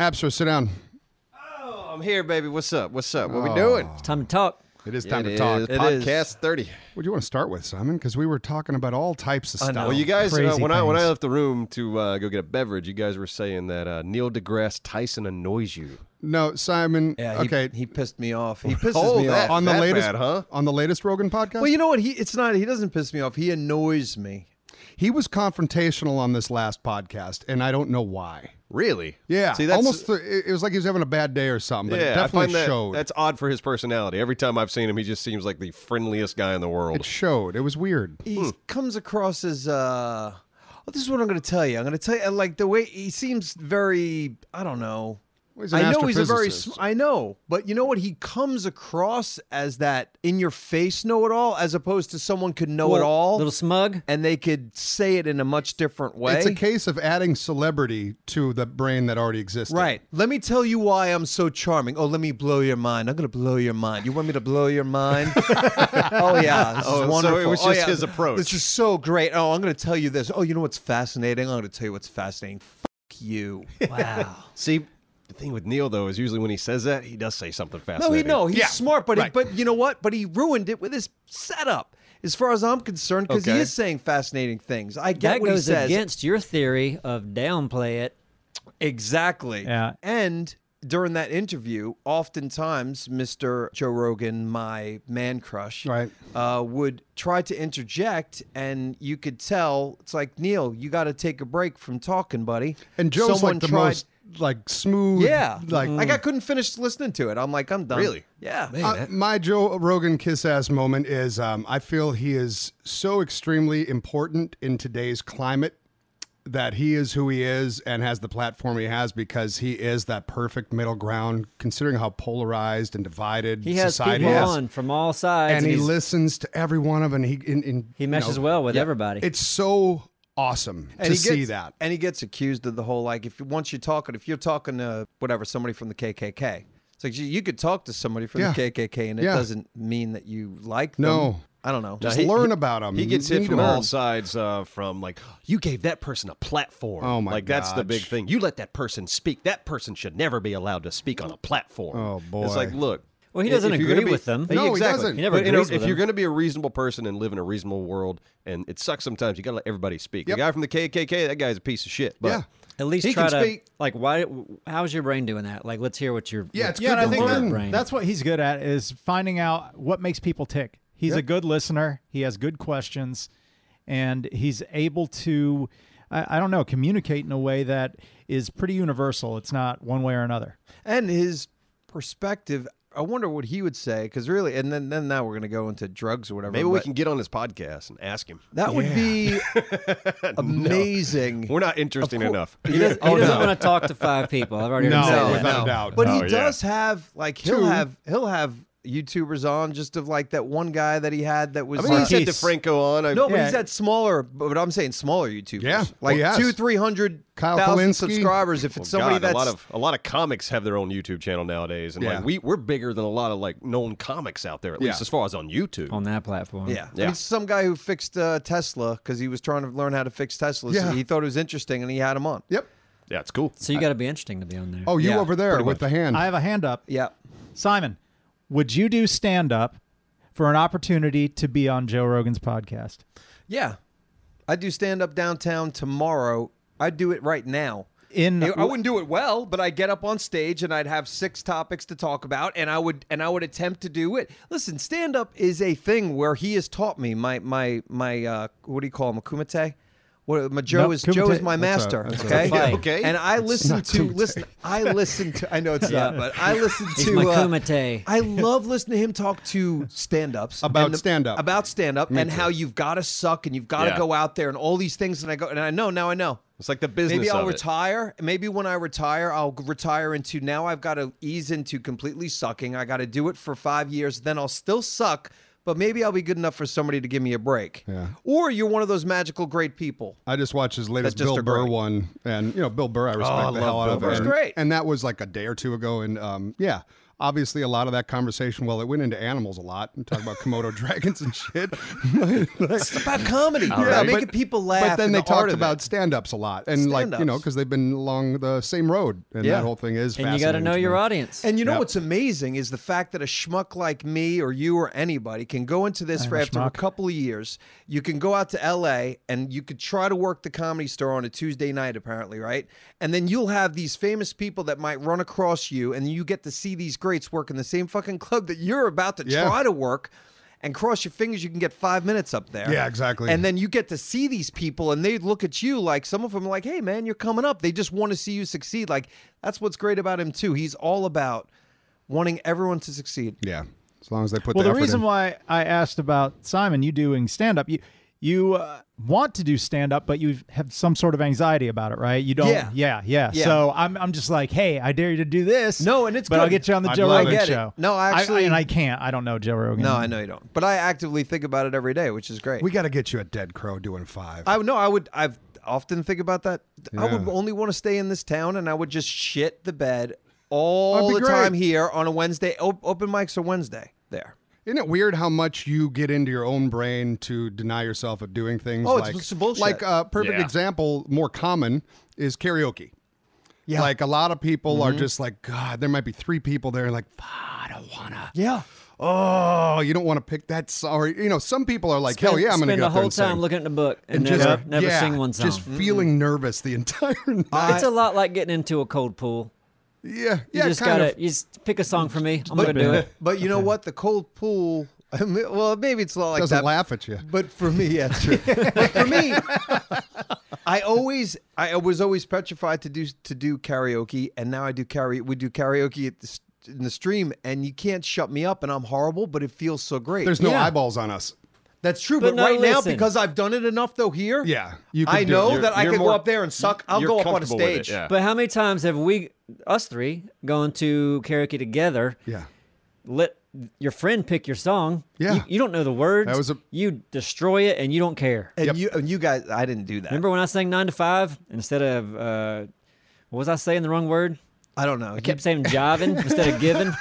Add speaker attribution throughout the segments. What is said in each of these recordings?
Speaker 1: Abstra, sit down.
Speaker 2: Oh, I'm here, baby. What's up? What's up? What we
Speaker 1: Oh.
Speaker 2: doing?
Speaker 3: It's time to talk.
Speaker 1: It is time
Speaker 2: It
Speaker 1: to talk.
Speaker 2: is
Speaker 3: It is.
Speaker 2: podcast 30.
Speaker 1: What do you want to start with, Simon? Because we were talking about all types of
Speaker 3: I
Speaker 1: stuff.
Speaker 3: know.
Speaker 2: Well, you guys, uh, when
Speaker 4: Crazy
Speaker 2: I when I
Speaker 4: things.
Speaker 2: left the room to uh, go get a beverage, you guys were saying that uh, Neil deGrasse Tyson annoys you.
Speaker 1: No, Simon.
Speaker 3: Yeah, he,
Speaker 1: okay.
Speaker 3: He pissed me off. He pisses
Speaker 2: Oh,
Speaker 3: me
Speaker 2: that-
Speaker 3: off.
Speaker 1: on the
Speaker 2: that
Speaker 1: latest,
Speaker 2: bad, huh?
Speaker 1: On the latest Rogan podcast,
Speaker 3: Well, you know what? He it's not. He doesn't piss me off. He annoys me.
Speaker 1: he was confrontational on this last podcast, and I don't know why.
Speaker 2: Really?
Speaker 1: Yeah,
Speaker 2: See, that's
Speaker 1: almost. th- it- it was like he was having a bad day or something. But it
Speaker 2: yeah. I
Speaker 1: definitely
Speaker 2: find that
Speaker 1: showed.
Speaker 2: that's odd for his personality. Every time I've seen him, he just seems like the friendliest guy in the world.
Speaker 1: it showed. It was weird.
Speaker 3: He comes across as. uh well, This is what I'm going to tell you. I'm going to tell you like the way he seems very. I don't know.
Speaker 1: Well, he's an
Speaker 3: I know he's a very.
Speaker 1: astrophysicist.
Speaker 3: sm- I know, but you know what? He comes across as that in your face know it all, as opposed to someone could know it all,
Speaker 4: Little smug.
Speaker 3: and they could say it in a much different way.
Speaker 1: It's a case of adding celebrity to the brain that already existed.
Speaker 3: Right. Let me tell you why I'm so charming. Oh, let me blow your mind. I'm gonna blow your mind. You want me to blow your mind? oh yeah. This
Speaker 2: Oh, so
Speaker 3: is wonderful.
Speaker 2: it was
Speaker 3: Oh,
Speaker 2: just
Speaker 3: yeah.
Speaker 2: his approach.
Speaker 3: This is so great. Oh, I'm gonna tell you this. Oh, you know what's fascinating? I'm gonna tell you what's fascinating. Fuck you.
Speaker 4: Wow.
Speaker 2: See, the thing with Neil though is usually when he says that, he does say something
Speaker 3: no, he
Speaker 2: fascinating.
Speaker 3: no, Oh, he's
Speaker 1: Yeah,
Speaker 3: smart, but he,
Speaker 1: right.
Speaker 3: but you know what? But he ruined it with his setup. As far as I'm concerned, because
Speaker 2: Okay.
Speaker 3: he is saying fascinating things. I get
Speaker 4: That
Speaker 3: what he
Speaker 4: goes
Speaker 3: says.
Speaker 4: against your theory of downplay it.
Speaker 3: Exactly.
Speaker 4: Yeah.
Speaker 3: And during that interview, oftentimes Mr. Joe Rogan, my man crush,
Speaker 1: Right.
Speaker 3: uh, would try to interject, and you could tell it's like Neil, you got to take a break from talking, buddy.
Speaker 1: And Joe's
Speaker 3: Someone
Speaker 1: like the
Speaker 3: tried-
Speaker 1: most like smooth.
Speaker 3: Yeah.
Speaker 1: Like
Speaker 3: like I couldn't finish listening to it. I'm like, I'm done.
Speaker 2: Really?
Speaker 3: Yeah.
Speaker 2: Man,
Speaker 1: Uh,
Speaker 2: that-
Speaker 1: my Joe Rogan kiss ass moment is um, I feel he is so extremely important in today's climate that he is who he is and has the platform he has because he is that perfect middle ground, considering how polarized and divided
Speaker 4: He has
Speaker 1: society
Speaker 4: people
Speaker 1: is.
Speaker 4: on from all sides,
Speaker 1: And he
Speaker 4: he's-
Speaker 1: listens to every one of them. He, in, in,
Speaker 4: he meshes
Speaker 1: you know,
Speaker 4: well with everybody.
Speaker 1: It's so awesome to
Speaker 3: he
Speaker 1: see
Speaker 3: gets,
Speaker 1: that.
Speaker 3: And he gets accused of the whole like if you- once you're talking, if you're talking to whatever somebody from the KKK, it's like you, you could talk to somebody from
Speaker 1: Yeah.
Speaker 3: the KKK, and it
Speaker 1: Yeah.
Speaker 3: doesn't mean that you like them.
Speaker 1: No.
Speaker 3: I don't know.
Speaker 1: Just
Speaker 2: he-
Speaker 1: learn about him.
Speaker 2: He gets
Speaker 1: You
Speaker 2: hit
Speaker 1: need
Speaker 2: from
Speaker 1: to
Speaker 2: all
Speaker 1: learn.
Speaker 2: sides uh, from like you gave that person a platform.
Speaker 1: Oh, my
Speaker 2: Like that's the big
Speaker 1: gosh.
Speaker 2: thing. You let that person speak. That person should never be allowed to speak on a platform.
Speaker 1: Oh, boy.
Speaker 2: It's like look.
Speaker 4: Well, he
Speaker 2: if-
Speaker 4: doesn't
Speaker 2: if you're
Speaker 4: agree
Speaker 2: gonna be-
Speaker 4: with them.
Speaker 1: No, he
Speaker 2: exactly.
Speaker 1: doesn't. He
Speaker 4: never
Speaker 2: But, you know,
Speaker 4: agrees with
Speaker 2: if you're
Speaker 4: them.
Speaker 2: going to be a reasonable person and live in a reasonable world, and it sucks sometimes, you got to let everybody speak.
Speaker 1: Yep.
Speaker 2: The guy from the KKK, that guy's a piece of shit. But
Speaker 1: Yeah.
Speaker 4: At least
Speaker 2: he
Speaker 4: try
Speaker 2: can
Speaker 4: to
Speaker 2: speak.
Speaker 4: like why? How's your brain doing that? Like, let's hear what your
Speaker 1: Yeah,
Speaker 4: what
Speaker 1: it's
Speaker 4: your
Speaker 1: good
Speaker 4: little
Speaker 1: to think
Speaker 4: bird
Speaker 1: that-
Speaker 4: brain.
Speaker 5: That's what he's good at is finding out what makes people tick. He's a good listener. He has good questions, and he's able to, I, I don't know, communicate in a way that is pretty universal. It's not one way or another.
Speaker 3: and his perspective. I wonder what he would say because really, and then then now we're gonna go into drugs or whatever.
Speaker 2: Maybe we
Speaker 3: but
Speaker 2: can get on his podcast and ask him.
Speaker 3: That would be amazing.
Speaker 2: We're not interesting
Speaker 3: cour-
Speaker 2: enough.
Speaker 4: he, does, he doesn't want to talk to five people. I've already
Speaker 1: Oh, No,
Speaker 4: heard him say that.
Speaker 1: without a doubt.
Speaker 3: But
Speaker 2: Oh,
Speaker 3: he
Speaker 2: yeah.
Speaker 3: does have like he'll
Speaker 1: Two.
Speaker 3: have he'll have YouTubers on just of like that one guy that he had that was
Speaker 2: I mean,
Speaker 3: like,
Speaker 2: he's had
Speaker 5: Marquise.
Speaker 2: DeFranco on. I,
Speaker 3: no, but
Speaker 5: Yeah.
Speaker 3: he's had smaller. But I'm saying smaller YouTubers.
Speaker 1: Yeah. Oh, Well,
Speaker 3: like
Speaker 1: he has.
Speaker 3: two, three hundred
Speaker 1: Kyle
Speaker 3: thousand
Speaker 1: Kalinske.
Speaker 3: subscribers. If
Speaker 2: Well,
Speaker 3: it's somebody
Speaker 2: Oh, God,
Speaker 3: that's
Speaker 2: a lot of a lot of comics have their own YouTube channel nowadays, and
Speaker 1: Yeah.
Speaker 2: like we we're bigger than a lot of like known comics out there, at
Speaker 1: Yeah.
Speaker 2: least as far as on YouTube.
Speaker 4: on that platform.
Speaker 3: yeah,
Speaker 2: Yeah.
Speaker 3: I mean, some guy who fixed uh, Tesla because he was trying to learn how to fix Teslas.
Speaker 1: Yeah.
Speaker 3: He thought it was interesting, and he had him on.
Speaker 1: Yep.
Speaker 2: yeah, it's cool.
Speaker 4: So you got to be interesting to be on there.
Speaker 1: Oh, you
Speaker 3: Yeah,
Speaker 1: over there with the hand.
Speaker 5: I have a hand up.
Speaker 3: Yeah.
Speaker 5: Simon, would you do stand up for an opportunity to be on Joe Rogan's podcast?
Speaker 3: Yeah. I do stand up downtown tomorrow. I do it right now.
Speaker 5: In
Speaker 3: I wouldn't do it well, but I get up on stage and I'd have six topics to talk about, and I would and I would attempt to do it. Listen, stand up is a thing where he has taught me my my my uh, what do you call him, a kumite? What my Joe
Speaker 5: Nope,
Speaker 3: is Joe is
Speaker 5: kumite.
Speaker 3: my
Speaker 1: That's a-
Speaker 3: master.
Speaker 1: that's a
Speaker 3: okay,
Speaker 4: fight.
Speaker 2: Okay.
Speaker 3: And I listen
Speaker 1: not
Speaker 3: to
Speaker 1: kumite.
Speaker 3: listen. I listen to. I know it's not, but I listen
Speaker 4: He's
Speaker 3: to.
Speaker 4: my
Speaker 3: uh,
Speaker 4: kumite.
Speaker 3: I love listening to him talk to stand-ups
Speaker 1: About
Speaker 3: and the-
Speaker 1: stand-up.
Speaker 3: about stand-up, and how you've got to suck and you've got to
Speaker 2: Yeah.
Speaker 3: go out there and all these things. And I go and I know now I know.
Speaker 2: It's like the business.
Speaker 3: Maybe I'll
Speaker 2: of it.
Speaker 3: retire. Maybe when I retire, I'll g- retire into now I've got to ease into completely sucking. I got to do it for five years. Then I'll still suck, but maybe I'll be good enough for somebody to give me a break.
Speaker 1: Yeah.
Speaker 3: Or you're one of those magical great people.
Speaker 1: I just watched his latest
Speaker 3: That's just
Speaker 1: Bill
Speaker 3: a
Speaker 1: Burr
Speaker 3: great- Oh,
Speaker 1: one, and you know Bill Burr, I respect
Speaker 2: I
Speaker 1: the
Speaker 2: love
Speaker 1: hell out
Speaker 2: Bill
Speaker 1: of
Speaker 2: Burr.
Speaker 1: him.
Speaker 3: He's great.
Speaker 1: And that was like a day or two ago, and um, yeah, Obviously, a lot of that conversation, well, it went into animals a lot and talk about Komodo dragons and shit.
Speaker 3: It's about comedy.
Speaker 1: Yeah,
Speaker 3: yeah,
Speaker 1: but-
Speaker 3: making people laugh.
Speaker 1: But then
Speaker 3: and
Speaker 1: they
Speaker 3: the art
Speaker 1: talked
Speaker 3: of it.
Speaker 1: about stand ups a lot. And, like, you know,
Speaker 3: Stand-ups.
Speaker 1: because they've been along the same road. And
Speaker 3: Yeah.
Speaker 1: that whole thing is
Speaker 4: and you got to
Speaker 1: fascinating
Speaker 4: know
Speaker 1: to
Speaker 4: your
Speaker 1: me.
Speaker 4: audience.
Speaker 3: And you know
Speaker 1: Yeah.
Speaker 3: what's amazing is the fact that a schmuck like me or you or anybody can go into this for
Speaker 5: a
Speaker 3: after a
Speaker 5: schmuck.
Speaker 3: couple of years. You can go out to LA and you could try to work the comedy store on a Tuesday night, apparently, right? And then you'll have these famous people that might run across you and you get to see these greats work in the same fucking club that you're about to
Speaker 1: Yeah.
Speaker 3: try to work. And cross your fingers, you can get five minutes up there.
Speaker 1: Yeah, exactly.
Speaker 3: And then you get to see these people, and they look at you like some of them are like, "Hey, man, you're coming up." They just want to see you succeed. Like that's what's great about him too. He's all about wanting everyone to succeed.
Speaker 1: Yeah. As long as they put
Speaker 5: Well,
Speaker 1: the,
Speaker 5: the
Speaker 1: effort
Speaker 5: reason
Speaker 1: in.
Speaker 5: why I asked about Simon, you doing stand up, you you uh, want to do stand up, but you have some sort of anxiety about it, right? You don't.
Speaker 3: Yeah.
Speaker 5: yeah, yeah.
Speaker 3: Yeah.
Speaker 5: So I'm, I'm just like, hey, I dare you to do this.
Speaker 3: No, and it's
Speaker 5: but I'll
Speaker 3: good.
Speaker 5: get you on the
Speaker 1: I'd
Speaker 5: Joe
Speaker 1: love
Speaker 5: Rogan
Speaker 1: it.
Speaker 3: Get it.
Speaker 5: show.
Speaker 3: No,
Speaker 5: I- I-
Speaker 3: actually-
Speaker 5: and I can't. I don't know Joe Rogan.
Speaker 3: No, I know you don't, but I actively think about it every day, which is great.
Speaker 1: We got to get you a dead crow doing five.
Speaker 3: I no, I would. I've often think about that. I would
Speaker 1: Yeah.
Speaker 3: only want to stay in this town, and I would just shit the bed all
Speaker 1: That'd
Speaker 3: the
Speaker 1: be
Speaker 3: time
Speaker 1: great.
Speaker 3: here on a Wednesday. Op- open mics are Wednesday there.
Speaker 1: Isn't it weird how much you get into your own brain to deny yourself of doing things?
Speaker 3: Oh, it's
Speaker 1: like,
Speaker 3: some bullshit.
Speaker 1: Like a perfect
Speaker 2: Yeah.
Speaker 1: example, more common is karaoke. Yeah. Like a lot of people are just like, God, there might be three people there, like, "Fuck, I don't wanna.
Speaker 3: Yeah.
Speaker 1: Oh, you don't want to pick that. Sorry, you know, some people are like, Hell yeah, I'm gonna
Speaker 4: spend
Speaker 1: get
Speaker 4: the
Speaker 1: up there
Speaker 4: whole
Speaker 1: and sing."
Speaker 4: time looking at the book and,
Speaker 1: Just-
Speaker 4: never, never
Speaker 1: yeah,
Speaker 4: sing one song. Mm-hmm.
Speaker 1: Just feeling nervous the entire night.
Speaker 4: it's a lot like getting into a cold pool.
Speaker 1: yeah,
Speaker 4: You
Speaker 1: yeah,
Speaker 4: just
Speaker 1: kind
Speaker 4: gotta
Speaker 1: of.
Speaker 4: you just pick a song for me. I'm gonna do it.
Speaker 3: But you know what? The cold pool. Well, maybe it's not like
Speaker 1: Doesn't
Speaker 3: that.
Speaker 1: laugh at you.
Speaker 3: But for me, yeah, true. but for me, I always, I was always petrified to do to do karaoke, and now I do karaoke. We do karaoke at the, s- in the stream, and you can't shut me up, and I'm horrible, but it feels so great.
Speaker 1: There's no
Speaker 4: Yeah.
Speaker 1: eyeballs on us.
Speaker 3: That's true, but,
Speaker 4: But no,
Speaker 3: right now
Speaker 4: listen.
Speaker 3: because I've done it enough though here,
Speaker 1: Yeah, you could
Speaker 3: I
Speaker 1: do it.
Speaker 3: know
Speaker 1: You're-
Speaker 3: that I
Speaker 2: you're
Speaker 3: could go
Speaker 2: more-
Speaker 3: up there and suck. I'll
Speaker 2: You're
Speaker 3: go up on a
Speaker 2: comfortable with it,
Speaker 3: stage.
Speaker 2: yeah.
Speaker 4: But how many times have we, us three, gone to karaoke together?
Speaker 1: Yeah.
Speaker 4: Let your friend pick your song.
Speaker 1: Yeah.
Speaker 4: You, you don't know the words.
Speaker 1: That was a-
Speaker 4: you destroy it and you don't care.
Speaker 3: And you and you guys, I didn't do that.
Speaker 4: Remember when I sang nine to five instead of uh, what was I saying the wrong word?
Speaker 3: I don't know. You-
Speaker 4: Kept saying jiving instead of giving.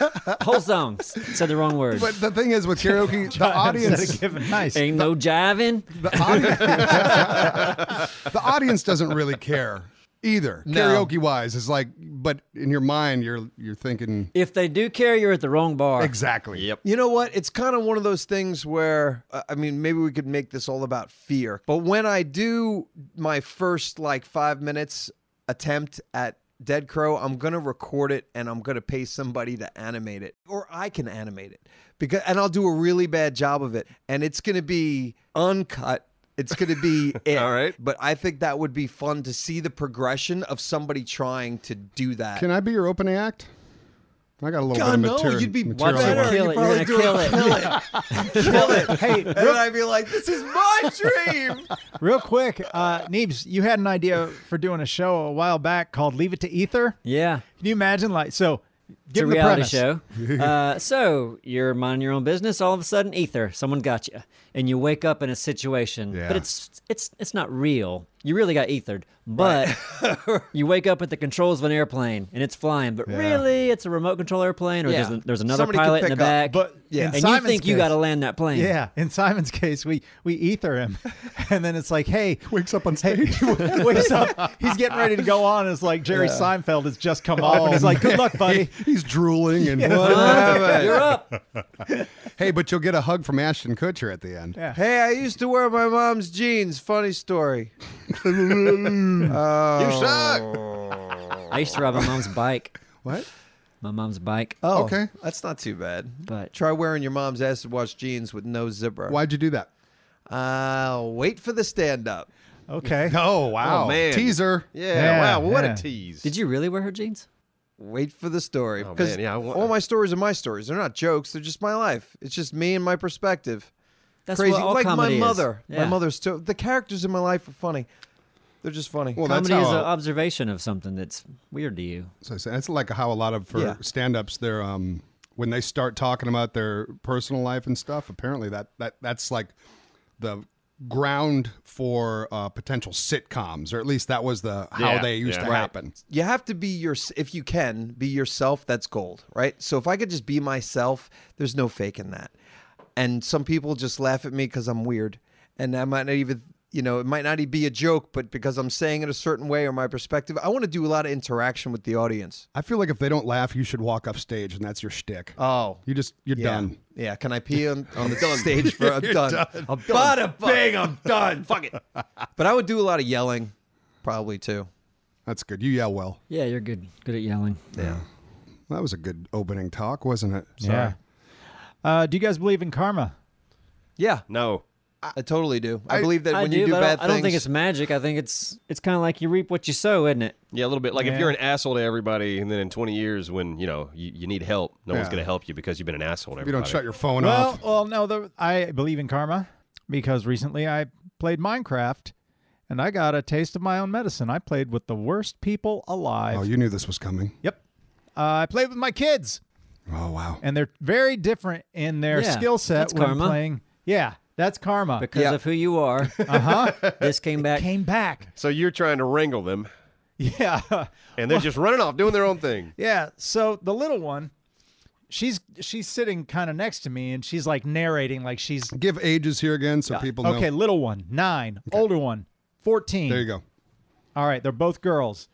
Speaker 4: Whole song s- said the wrong word.
Speaker 1: But the thing is with karaoke, the
Speaker 5: Instead
Speaker 1: audience
Speaker 5: of giving nice.
Speaker 4: Ain't no jiving.
Speaker 1: the audience, the audience doesn't really care either. Karaoke wise, it's like, but in your mind, you're you're thinking
Speaker 4: If they do care, you're at the wrong bar.
Speaker 1: exactly.
Speaker 2: Yep.
Speaker 3: You know what? It's kind of one of those things where uh, I mean, maybe we could make this all about fear. But when I do my first like 5 minutes attempt at Dead Crow, I'm going to record it and I'm going to pay somebody to animate it or I can animate it. Because and I'll do a really bad job of it and it's going to be uncut. It's going to be it.
Speaker 2: All right.
Speaker 3: But I think that would be fun to see the progression of somebody trying to do that.
Speaker 1: Can I be your opening act? I got a little
Speaker 3: God,
Speaker 1: bit of
Speaker 3: no,
Speaker 1: material.
Speaker 3: you'd be
Speaker 1: material
Speaker 4: Watch
Speaker 1: I
Speaker 4: it.
Speaker 1: want.
Speaker 3: better.
Speaker 4: Kill
Speaker 3: You
Speaker 4: it.
Speaker 3: probably
Speaker 4: You're
Speaker 3: do
Speaker 4: gonna kill it.
Speaker 3: kill it? Hey, and then I'd be like, "This is my dream."
Speaker 5: Real quick, uh, Neebs, you had an idea for doing a show a while back called "Leave It to Ether."
Speaker 4: Yeah.
Speaker 5: Can you imagine? Like, so
Speaker 4: It's
Speaker 5: give
Speaker 4: a
Speaker 5: him the
Speaker 4: reality
Speaker 5: premise.
Speaker 4: show. uh, so you're minding your own business. All of a sudden, ether, someone got you, and you wake up in a situation.
Speaker 1: Yeah.
Speaker 4: But it's it's it's not real. You really got ethered, but you wake up at the controls of an airplane and it's flying. But really, it's a remote control airplane, or
Speaker 3: Yeah.
Speaker 4: there's, a, there's another
Speaker 3: Somebody could
Speaker 4: pilot in the
Speaker 3: pick up,
Speaker 4: back.
Speaker 5: But
Speaker 3: Yeah.
Speaker 5: in
Speaker 4: and
Speaker 5: Simon's
Speaker 4: you think you
Speaker 5: case-
Speaker 4: got to land that plane.
Speaker 5: Yeah, in Simon's case, we we ether him, and then it's like, hey,
Speaker 1: Wakes up on
Speaker 5: hey,
Speaker 1: stage.
Speaker 5: wakes up, he's getting ready to go on. and It's like Jerry Seinfeld has just come off, and he's like, good luck, buddy.
Speaker 1: He's drooling and
Speaker 4: Uh, you're up.
Speaker 1: hey, but you'll get a hug from Ashton Kutcher at the end.
Speaker 5: Yeah.
Speaker 3: Hey, I used to wear my mom's jeans. Funny story.
Speaker 1: You suck.
Speaker 4: I used to ride my mom's bike.
Speaker 1: What?
Speaker 4: My mom's bike.
Speaker 3: Oh,
Speaker 1: Okay.
Speaker 3: That's not too bad.
Speaker 4: But-
Speaker 3: try wearing your mom's acid wash jeans with no zipper.
Speaker 1: Why'd you do that?
Speaker 3: Uh, wait for the stand up.
Speaker 5: Okay.
Speaker 1: Oh wow,
Speaker 2: Oh, man.
Speaker 1: teaser.
Speaker 2: Yeah.
Speaker 5: Yeah,
Speaker 2: wow. What
Speaker 5: yeah.
Speaker 2: a tease.
Speaker 4: Did you really wear her jeans?
Speaker 3: Wait for the story.
Speaker 2: Oh,
Speaker 3: 'Cause
Speaker 2: man, yeah, I want
Speaker 3: all
Speaker 2: that.
Speaker 3: my stories are my stories. They're not jokes. They're just my life. It's just me and my perspective.
Speaker 4: That's
Speaker 3: Crazy.
Speaker 4: what all
Speaker 3: like my
Speaker 4: comedy is.
Speaker 3: mother. My
Speaker 4: Yeah.
Speaker 3: mother's. To- the characters in my life are funny. They're just funny.
Speaker 1: Well, that's
Speaker 4: Comedy is an
Speaker 1: how.
Speaker 4: observation of something that's weird to you.
Speaker 1: So I say- that's like how a lot of for
Speaker 3: Yeah.
Speaker 1: stand-ups, they're um, when they start talking about their personal life and stuff. Apparently, that that that's like the ground for uh, potential sitcoms, or at least that was the how
Speaker 2: Yeah,
Speaker 1: they used
Speaker 2: yeah.
Speaker 1: to
Speaker 2: Right.
Speaker 1: happen.
Speaker 3: you have to be your if you can be yourself that's gold right so if i could just be myself there's no faking that and some people just laugh at me because i'm weird and i might not even you know it might not even be a joke but because i'm saying it a certain way or my perspective i want to do a lot of interaction with the audience
Speaker 1: I feel like if they don't laugh, you should walk up stage, and that's your shtick.
Speaker 3: oh
Speaker 1: you just you're
Speaker 3: yeah.
Speaker 1: done.
Speaker 3: yeah can i pee on, on the stage for i'm done, i'm bada bing i'm done fuck it but i would do a lot of yelling probably too
Speaker 1: That's good. You yell well.
Speaker 4: Yeah, you're good. Good at yelling.
Speaker 3: yeah
Speaker 1: That was a good opening talk, wasn't it?
Speaker 5: Yeah. Uh, do you guys believe in karma?
Speaker 3: yeah
Speaker 2: No.
Speaker 3: i, totally do i, believe that
Speaker 4: I
Speaker 3: when
Speaker 4: do,
Speaker 3: you do
Speaker 4: but I
Speaker 3: bad
Speaker 4: don't, I don't think
Speaker 3: things-
Speaker 4: it's magic. I think it's it's kind of like you reap what you sow, isn't it?
Speaker 2: Yeah, a little bit. Like
Speaker 5: Yeah.
Speaker 2: if you're an asshole to everybody, and then in 20 years, when you know you, you need help, no one's
Speaker 1: Yeah.
Speaker 2: going to help you because you've been an asshole to
Speaker 1: If you
Speaker 2: everybody.
Speaker 1: don't shut your phone
Speaker 5: Well,
Speaker 1: off.
Speaker 5: well, no. The, I believe in karma because recently I played Minecraft, and I got a taste of my own medicine. I played with the worst people alive.
Speaker 1: Oh, you knew this was coming.
Speaker 5: Yep. Uh, I played with my kids,
Speaker 1: Oh wow.
Speaker 5: and they're very different in their
Speaker 4: Yeah,
Speaker 5: skill set
Speaker 4: that's
Speaker 5: when
Speaker 4: karma.
Speaker 5: playing. Yeah, that's karma.
Speaker 4: Because
Speaker 3: Yeah.
Speaker 4: of who you are. Uh huh. This came back.
Speaker 5: Uh-huh. Came back.
Speaker 2: so you're trying to wrangle them,
Speaker 5: Yeah.
Speaker 2: and they're just running off doing their own thing.
Speaker 5: Yeah. So the little one, she's she's sitting kind of next to me, and she's like narrating, like she's
Speaker 1: Give ages here again, so people know.
Speaker 5: okay. Little one, nine. Older one, fourteen.
Speaker 1: There you go.
Speaker 5: All right, they're both girls.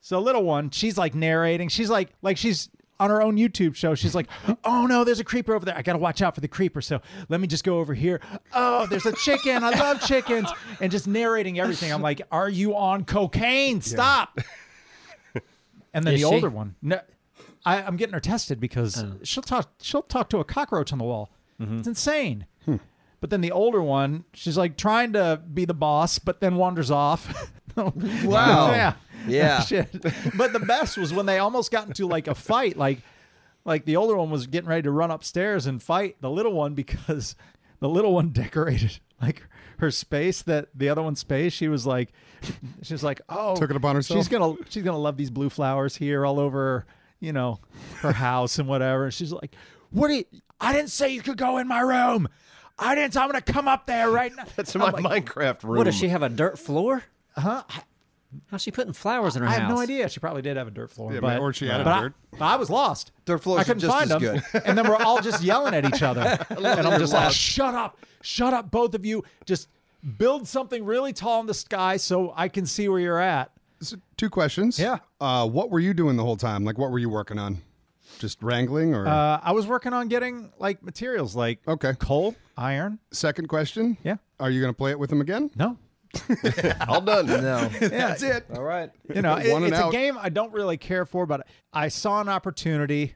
Speaker 5: So little one, she's like narrating. She's like like she's on her own YouTube show. She's like, "Oh no, there's a creeper over there. I got to watch out for the creeper. So let me just go over here. Oh, there's a chicken. I love chickens." And just narrating everything. I'm like, "Are you on cocaine? Stop." And then
Speaker 4: Is
Speaker 5: the
Speaker 4: she? Oh.
Speaker 5: older one, no, I, I'm getting her tested because she'll talk. She'll talk to a cockroach on the wall.
Speaker 4: Mm-hmm.
Speaker 5: It's insane. But then the older one, she's like trying to be the boss, but then wanders off.
Speaker 3: Wow.
Speaker 5: yeah.
Speaker 3: Yeah.
Speaker 5: Shit. But the best was when they almost got into like a fight. Like, like the older one was getting ready to run upstairs and fight the little one because the little one decorated like her space that the other one's space. She was like, she was like, oh,
Speaker 1: Took it upon herself?
Speaker 5: She's gonna, she's gonna love these blue flowers here all over, you know, her house and whatever. And she's like, what? do you- I didn't say you could go in my room. I didn't. I'm gonna come up there right now.
Speaker 2: That's my Minecraft room.
Speaker 4: What does she have a dirt floor? Huh? How's she putting flowers in her
Speaker 5: Uh-huh. I
Speaker 4: house?
Speaker 5: have no idea. She probably did have a dirt floor,
Speaker 1: Yeah,
Speaker 5: but
Speaker 1: or she had a
Speaker 5: but I-
Speaker 1: dirt.
Speaker 5: but I, was lost.
Speaker 3: Dirt floors
Speaker 5: I
Speaker 3: are
Speaker 5: couldn't
Speaker 3: just
Speaker 5: find
Speaker 3: as
Speaker 5: them,
Speaker 3: good.
Speaker 5: and then we're all just yelling at each other, and I'm just like, "Shut up, shut up, both of you! Just build something really tall in the sky so I can see where you're at."
Speaker 1: So, two questions.
Speaker 5: Yeah.
Speaker 1: Uh, what were you doing the whole time? Like, what were you working on? Just wrangling, or
Speaker 5: Uh, I was working on getting like materials like
Speaker 1: Okay.
Speaker 5: coal, iron.
Speaker 1: second question?
Speaker 5: Yeah.
Speaker 1: Are you going to play it with him again?
Speaker 5: No,
Speaker 2: All done. No.
Speaker 1: That's it.
Speaker 3: All right.
Speaker 5: you know, it-
Speaker 1: One and
Speaker 5: it's
Speaker 1: out.
Speaker 5: a game I don't really care for, but I saw an opportunity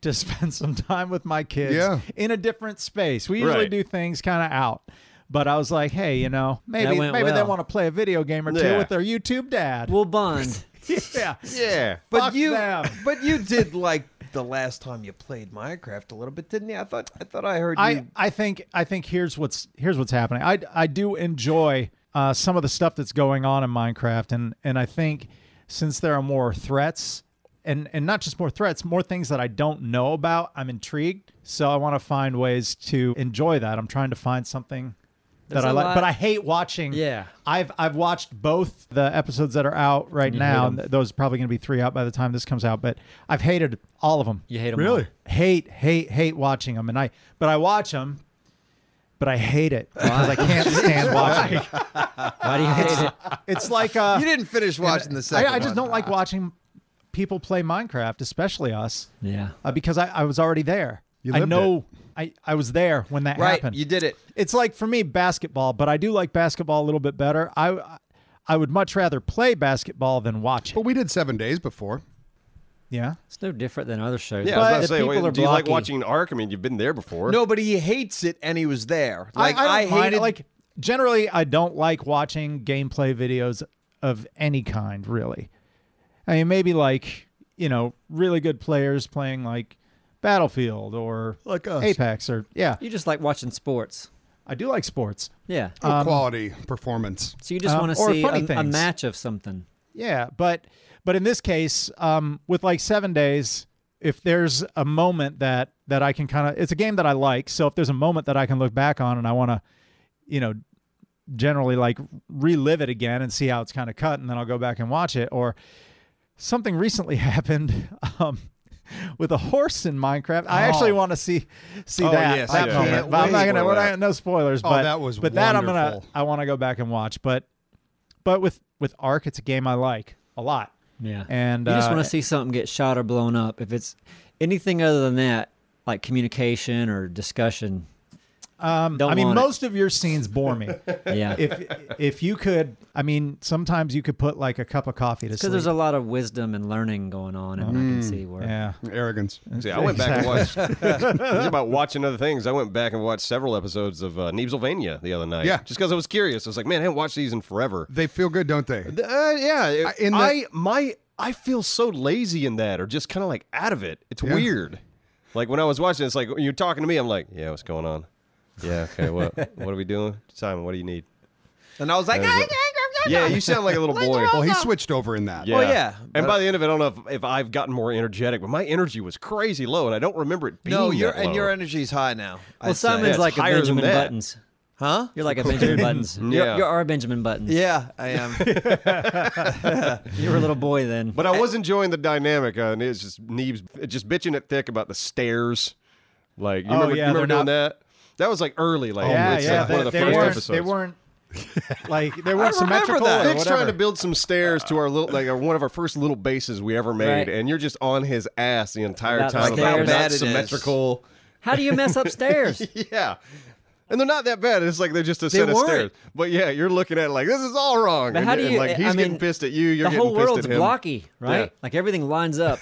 Speaker 5: to spend some time with my kids
Speaker 1: Yeah.
Speaker 5: in a different space. We usually
Speaker 2: Right.
Speaker 5: do things kind of out, but I was like, hey, you know, maybe
Speaker 4: went
Speaker 5: maybe they
Speaker 4: well.
Speaker 5: want to play a video game or two
Speaker 2: Yeah.
Speaker 5: with their YouTube dad.
Speaker 4: We'll bond.
Speaker 5: yeah,
Speaker 2: yeah.
Speaker 3: But
Speaker 5: Fuck
Speaker 3: you,
Speaker 5: them.
Speaker 3: but you did like the last time you played Minecraft a little bit, didn't you? I thought I thought I heard
Speaker 5: I
Speaker 3: you.
Speaker 5: I think I think here's what's here's what's happening. I I do enjoy uh, some of the stuff that's going on in Minecraft, and and I think since there are more threats. And, and not just more threats, more things that I don't know about. I'm intrigued, so I want to find ways to enjoy that. I'm trying to find something
Speaker 4: That's
Speaker 5: that I
Speaker 4: a
Speaker 5: like,
Speaker 4: lot-
Speaker 5: but I hate watching.
Speaker 4: Yeah.
Speaker 5: I've I've watched both the episodes that are out right now.
Speaker 4: hate
Speaker 5: and th- Those are probably going to be three out by the time this comes out, but I've hated all of them
Speaker 4: You hate them
Speaker 5: really hate hate hate watching them and i but i watch them but i hate it because i can't stand watching it.
Speaker 4: Why do you hate it?
Speaker 5: it's like uh
Speaker 3: you didn't finish watching the second.
Speaker 5: I, I just
Speaker 3: one.
Speaker 5: don't like watching people play minecraft especially us
Speaker 4: Yeah.
Speaker 5: uh, because I, I was already there
Speaker 1: You
Speaker 5: i
Speaker 1: lived
Speaker 5: know I, I was there when that
Speaker 3: Right,
Speaker 5: happened
Speaker 3: you did it.
Speaker 5: it's like for me basketball but i do like basketball a little bit better i i would much rather play basketball than watch
Speaker 1: But
Speaker 5: it
Speaker 1: we did seven days before.
Speaker 5: yeah
Speaker 4: It's no different than other shows.
Speaker 2: Yeah, I was about
Speaker 4: The
Speaker 2: to say,
Speaker 4: people
Speaker 2: wait,
Speaker 4: are
Speaker 2: do you like
Speaker 4: blocky.
Speaker 2: watching Ark? I mean, you've been there before.
Speaker 3: No, but he hates it, and he was there. Like
Speaker 5: I, I, don't mind.
Speaker 3: hated.
Speaker 5: like generally I don't like watching gameplay videos of any kind really. I mean maybe like, you know, really good players playing like Battlefield or
Speaker 1: Like us.
Speaker 5: Apex or yeah.
Speaker 4: You just like watching sports.
Speaker 5: I do like sports.
Speaker 4: Yeah.
Speaker 1: Oh, quality performance.
Speaker 4: So you just
Speaker 5: um,
Speaker 4: want to
Speaker 5: Uh, or
Speaker 4: see
Speaker 5: funny
Speaker 4: a, a
Speaker 5: things.
Speaker 4: match of something.
Speaker 5: Yeah, but but in this case, um, with like seven days, if there's a moment that that I can kind of, it's a game that I like. So if there's a moment that I can look back on and I want to, you know, generally like relive it again and see how it's kind of cut, and then I'll go back and watch it. Or something recently happened um, with a horse in Minecraft. I actually want to see see
Speaker 2: Oh,
Speaker 5: that,
Speaker 2: yes,
Speaker 5: that
Speaker 2: yeah.
Speaker 5: moment.
Speaker 2: Can't
Speaker 5: But I'm not
Speaker 2: wait.
Speaker 5: gonna. We're not, no spoilers.
Speaker 1: Oh,
Speaker 5: but
Speaker 1: that was
Speaker 5: But that I'm gonna.
Speaker 1: wonderful.
Speaker 5: I want to go back and watch. But but with with Ark, it's a game I like a lot.
Speaker 4: Yeah.
Speaker 5: And
Speaker 4: you just
Speaker 5: uh,
Speaker 4: want to see something get shot or blown up. If it's anything other than that, like communication or discussion,
Speaker 5: Um,
Speaker 4: Don't
Speaker 5: I mean,
Speaker 4: want it.
Speaker 5: most of your scenes bore me.
Speaker 4: yeah, because
Speaker 5: if if you could, I mean, sometimes you could put like a cup of coffee to sleep.
Speaker 4: there's a lot of wisdom and learning going on, and I
Speaker 2: Mm.
Speaker 4: can see where.
Speaker 5: yeah.
Speaker 1: Arrogance.
Speaker 5: uh,
Speaker 2: See, I went back and watched. It's about watching other things. I went back and watched several episodes of uh, Neebsylvania the other night.
Speaker 1: Yeah.
Speaker 2: just because I was curious. I was like, man, I haven't watched these in forever.
Speaker 1: They feel good, don't they?
Speaker 2: Th- Uh, yeah, it-
Speaker 1: I- in the-
Speaker 2: I my I feel so lazy in that, or just kind of like out of it. It's weird. Like when I was watching, it's like when you're talking to me. I'm like, yeah, what's going on? Yeah, okay, what what are we doing, Simon? What do you need?
Speaker 3: And I was like,
Speaker 2: That is Yeah, you sound like a little boy.
Speaker 1: Well, he switched over in that.
Speaker 2: Yeah.
Speaker 3: Well, yeah,
Speaker 2: And
Speaker 3: but-
Speaker 2: by the end of it, I don't know if, if I've gotten more energetic, but my energy was crazy low, and I don't remember it being
Speaker 3: no, your
Speaker 2: that low.
Speaker 3: and your energy's high now.
Speaker 4: Well,
Speaker 3: I'd say.
Speaker 4: Simon's
Speaker 2: it's
Speaker 4: like a
Speaker 2: higher than
Speaker 4: Benjamin
Speaker 2: that.
Speaker 4: Buttons.
Speaker 3: huh?
Speaker 4: You're like a Benjamin Buttons. You're,
Speaker 2: Yeah.
Speaker 4: you're our Benjamin Buttons.
Speaker 3: Yeah, I am.
Speaker 4: You were a little boy then.
Speaker 2: But I was enjoying the dynamic, uh, and it's just Neebs just bitching it thick about the stairs. Like you
Speaker 5: Oh,
Speaker 2: remember,
Speaker 5: yeah,
Speaker 2: you remember
Speaker 5: they're
Speaker 2: doing
Speaker 5: not-
Speaker 2: that? That was like early, like
Speaker 5: yeah,
Speaker 2: Oh, it's
Speaker 5: yeah.
Speaker 2: like
Speaker 5: they,
Speaker 2: one of the
Speaker 5: they
Speaker 2: first
Speaker 5: weren't,
Speaker 2: episodes.
Speaker 5: They weren't like they
Speaker 2: I
Speaker 5: weren't
Speaker 2: remember
Speaker 5: symmetrical.
Speaker 2: that.
Speaker 5: or
Speaker 2: Nick's trying to
Speaker 5: whatever.
Speaker 2: build some stairs to our little, like our, one of our first little bases we ever made,
Speaker 4: Right.
Speaker 2: and you're just on his ass the entire
Speaker 4: About the
Speaker 2: time. about
Speaker 4: stairs.
Speaker 2: not
Speaker 3: Bad it is.
Speaker 2: symmetrical.
Speaker 4: How do you mess upstairs?
Speaker 2: Yeah. And they're not that bad. It's like they're just a set of
Speaker 3: weren't.
Speaker 2: stairs. But yeah, you're looking at it like this is all wrong.
Speaker 4: But
Speaker 2: and,
Speaker 4: how do
Speaker 2: and,
Speaker 4: you?
Speaker 2: like he's
Speaker 4: I mean,
Speaker 2: getting pissed at you. You're
Speaker 4: the
Speaker 2: getting
Speaker 4: whole
Speaker 2: pissed
Speaker 4: world's
Speaker 2: at him.
Speaker 4: blocky, right?
Speaker 2: Yeah.
Speaker 4: Like everything lines up.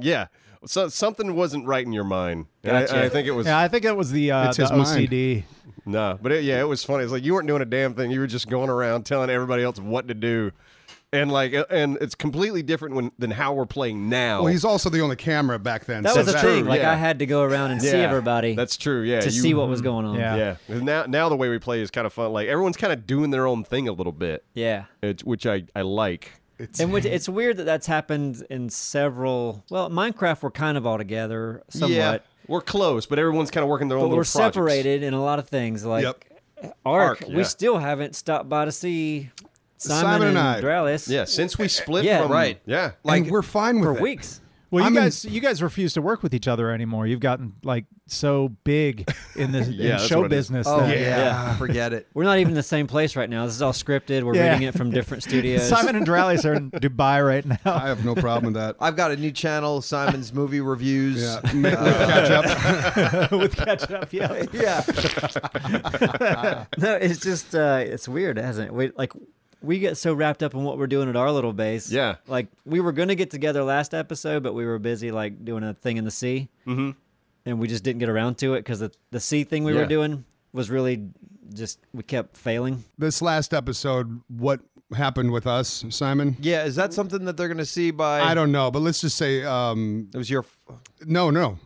Speaker 2: yeah. So something wasn't right in your mind. And I-
Speaker 4: Gotcha.
Speaker 2: and I, think it was
Speaker 5: Yeah, I think it was the uh,
Speaker 1: It's
Speaker 5: the
Speaker 1: his mind.
Speaker 5: OCD.
Speaker 2: no, but it, yeah, it was funny. It's like you weren't doing a damn thing. You were just going around telling everybody else what to do. And like uh, and it's completely different when than how we're playing now.
Speaker 1: Well, he's also the only camera back then.
Speaker 4: That
Speaker 1: so
Speaker 4: was the
Speaker 1: that-
Speaker 4: thing.
Speaker 2: true,
Speaker 4: Like
Speaker 2: yeah.
Speaker 4: I had to go around and
Speaker 2: Yeah.
Speaker 4: see everybody
Speaker 2: That's true. Yeah.
Speaker 4: to
Speaker 2: you- mm-hmm.
Speaker 4: see what was going on.
Speaker 5: Yeah.
Speaker 2: Yeah. 'Cause Now now the way we play is kind of fun. Like everyone's kind of doing their own thing a little bit.
Speaker 4: Yeah.
Speaker 2: It's, which I I like.
Speaker 4: And which, it's weird that that's happened in several. Well, Minecraft we're kind of all together somewhat,
Speaker 2: We're close, but everyone's kind of working their own
Speaker 4: but
Speaker 2: little
Speaker 4: we're
Speaker 2: projects.
Speaker 4: separated in a lot of things. Like
Speaker 1: Yep.
Speaker 4: Ark,
Speaker 2: Ark, yeah.
Speaker 4: we still haven't stopped by to see Simon,
Speaker 1: Simon and I.
Speaker 4: Dralis
Speaker 2: Yeah, since we split
Speaker 4: Yeah,
Speaker 2: from
Speaker 4: right.
Speaker 2: Yeah.
Speaker 1: and we're fine with
Speaker 4: for
Speaker 1: it.
Speaker 4: weeks.
Speaker 5: Well, you
Speaker 1: I'm in-
Speaker 5: guys, you guys refuse to work with each other anymore. You've gotten like so big in the
Speaker 2: Yeah,
Speaker 5: in
Speaker 2: that's
Speaker 5: show
Speaker 2: what it is.
Speaker 5: business.
Speaker 3: oh yeah,
Speaker 5: that-
Speaker 3: forget it.
Speaker 4: We're not even in the same place right now. This is all scripted. We're
Speaker 5: Yeah.
Speaker 4: reading it from different studios.
Speaker 5: Simon and Dralis are in Dubai right now.
Speaker 1: I have no problem with that.
Speaker 3: I've got a new channel, Simon's Movie Reviews. Uh,
Speaker 1: Yeah, make Nick catch up.
Speaker 5: with catch up, yeah.
Speaker 3: Yeah.
Speaker 4: no, it's just uh, it's weird, hasn't it? We like we get so wrapped up in what we're doing at our little base.
Speaker 2: Yeah.
Speaker 4: like we were gonna get together last episode, but we were busy like doing a thing in the sea, mm-hmm. and we just didn't get around to it because the the sea thing we
Speaker 2: Yeah.
Speaker 4: were doing was really just we kept failing.
Speaker 1: This last episode, what happened with us, Simon?
Speaker 3: Yeah, is that something that they're going to see by
Speaker 1: I don't know, but let's just say, um,
Speaker 3: It was your
Speaker 1: no, no.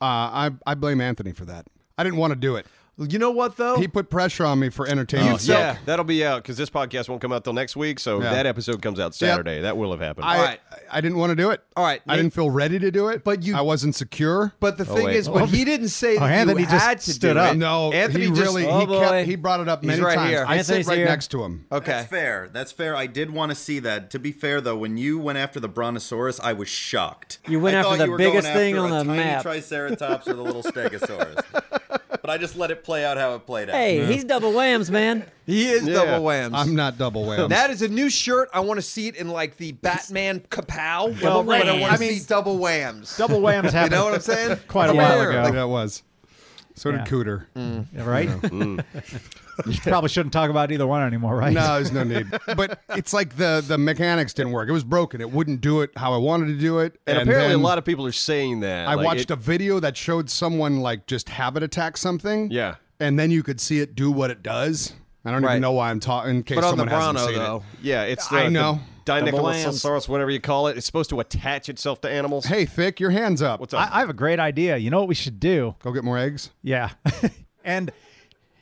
Speaker 1: Uh, I I blame Anthony for that. I didn't want to do it.
Speaker 3: You know what though?
Speaker 1: He put pressure on me for
Speaker 2: Oh,
Speaker 1: entertainment.
Speaker 2: yeah, that'll be out because this podcast won't come out till next week. So
Speaker 1: Yeah.
Speaker 2: that episode comes out Saturday. That will have happened.
Speaker 1: I,
Speaker 3: All right.
Speaker 1: I didn't want to do it.
Speaker 3: All right,
Speaker 1: I
Speaker 3: Nick-
Speaker 1: didn't feel ready to do it.
Speaker 3: But you-
Speaker 1: I wasn't secure.
Speaker 3: but
Speaker 5: Oh,
Speaker 3: the thing
Speaker 2: wait.
Speaker 3: is, but he didn't say that
Speaker 5: Anthony
Speaker 3: you
Speaker 5: just
Speaker 3: had to
Speaker 5: stood
Speaker 3: do
Speaker 5: up.
Speaker 3: It.
Speaker 1: no,
Speaker 3: Anthony
Speaker 1: he
Speaker 3: just
Speaker 1: really
Speaker 4: Oh,
Speaker 1: he kept
Speaker 4: boy.
Speaker 1: he brought it up
Speaker 3: He's
Speaker 1: many
Speaker 3: right
Speaker 1: times.
Speaker 3: here. Oh,
Speaker 1: I sit
Speaker 4: Anthony's
Speaker 1: right
Speaker 4: here.
Speaker 1: next to him.
Speaker 3: Okay.
Speaker 6: That's fair. That's fair. I did want to see that. To be fair, though, when you went after the brontosaurus, I was shocked.
Speaker 4: You went
Speaker 6: I
Speaker 4: after
Speaker 6: thought
Speaker 4: the
Speaker 6: you were
Speaker 4: biggest
Speaker 6: going after
Speaker 4: thing
Speaker 6: a
Speaker 4: on the
Speaker 6: tiny
Speaker 4: map.
Speaker 6: Triceratops or the little stegosaurus. but I just let it play out how it played out.
Speaker 4: Hey, he's double whams, man.
Speaker 3: He is
Speaker 2: Yeah.
Speaker 3: double whams.
Speaker 1: I'm not double whammed.
Speaker 3: That is a new shirt. I want to see it in like the Batman kapow.
Speaker 4: Double
Speaker 3: but I want
Speaker 4: whams.
Speaker 3: to see double whams.
Speaker 5: Double
Speaker 3: you
Speaker 5: wham's happened.
Speaker 3: know what I'm saying?
Speaker 5: Quite a
Speaker 3: Yeah.
Speaker 5: while
Speaker 1: Yeah,
Speaker 5: ago.
Speaker 1: that was. So did
Speaker 5: Yeah.
Speaker 1: Cooter.
Speaker 3: Mm.
Speaker 5: Yeah, right? you probably shouldn't talk about either one anymore, right?
Speaker 1: Mm. No, there's no need. But it's like the the mechanics didn't work. It was broken. It wouldn't do it how I wanted to do it.
Speaker 2: and, apparently,
Speaker 1: then
Speaker 2: a lot of people are saying that.
Speaker 1: I
Speaker 2: Like,
Speaker 1: watched
Speaker 2: it,
Speaker 1: a video that showed someone like just habit attack something.
Speaker 2: Yeah.
Speaker 1: And then you could see it do what it does. I don't
Speaker 3: Right.
Speaker 1: even know why I'm talking in case
Speaker 3: But on the
Speaker 1: someone hasn't
Speaker 3: Brano
Speaker 1: seen
Speaker 3: though.
Speaker 2: Yeah, it's the,
Speaker 1: I know.
Speaker 2: the
Speaker 4: Double
Speaker 2: Dinicholosaurus, whatever you call it. It's supposed to attach itself to animals.
Speaker 1: it. Hey, Thick, your hands up.
Speaker 2: What's up?
Speaker 5: I, I have a great idea. You know what we should do?
Speaker 1: Go get more eggs.
Speaker 5: Yeah. and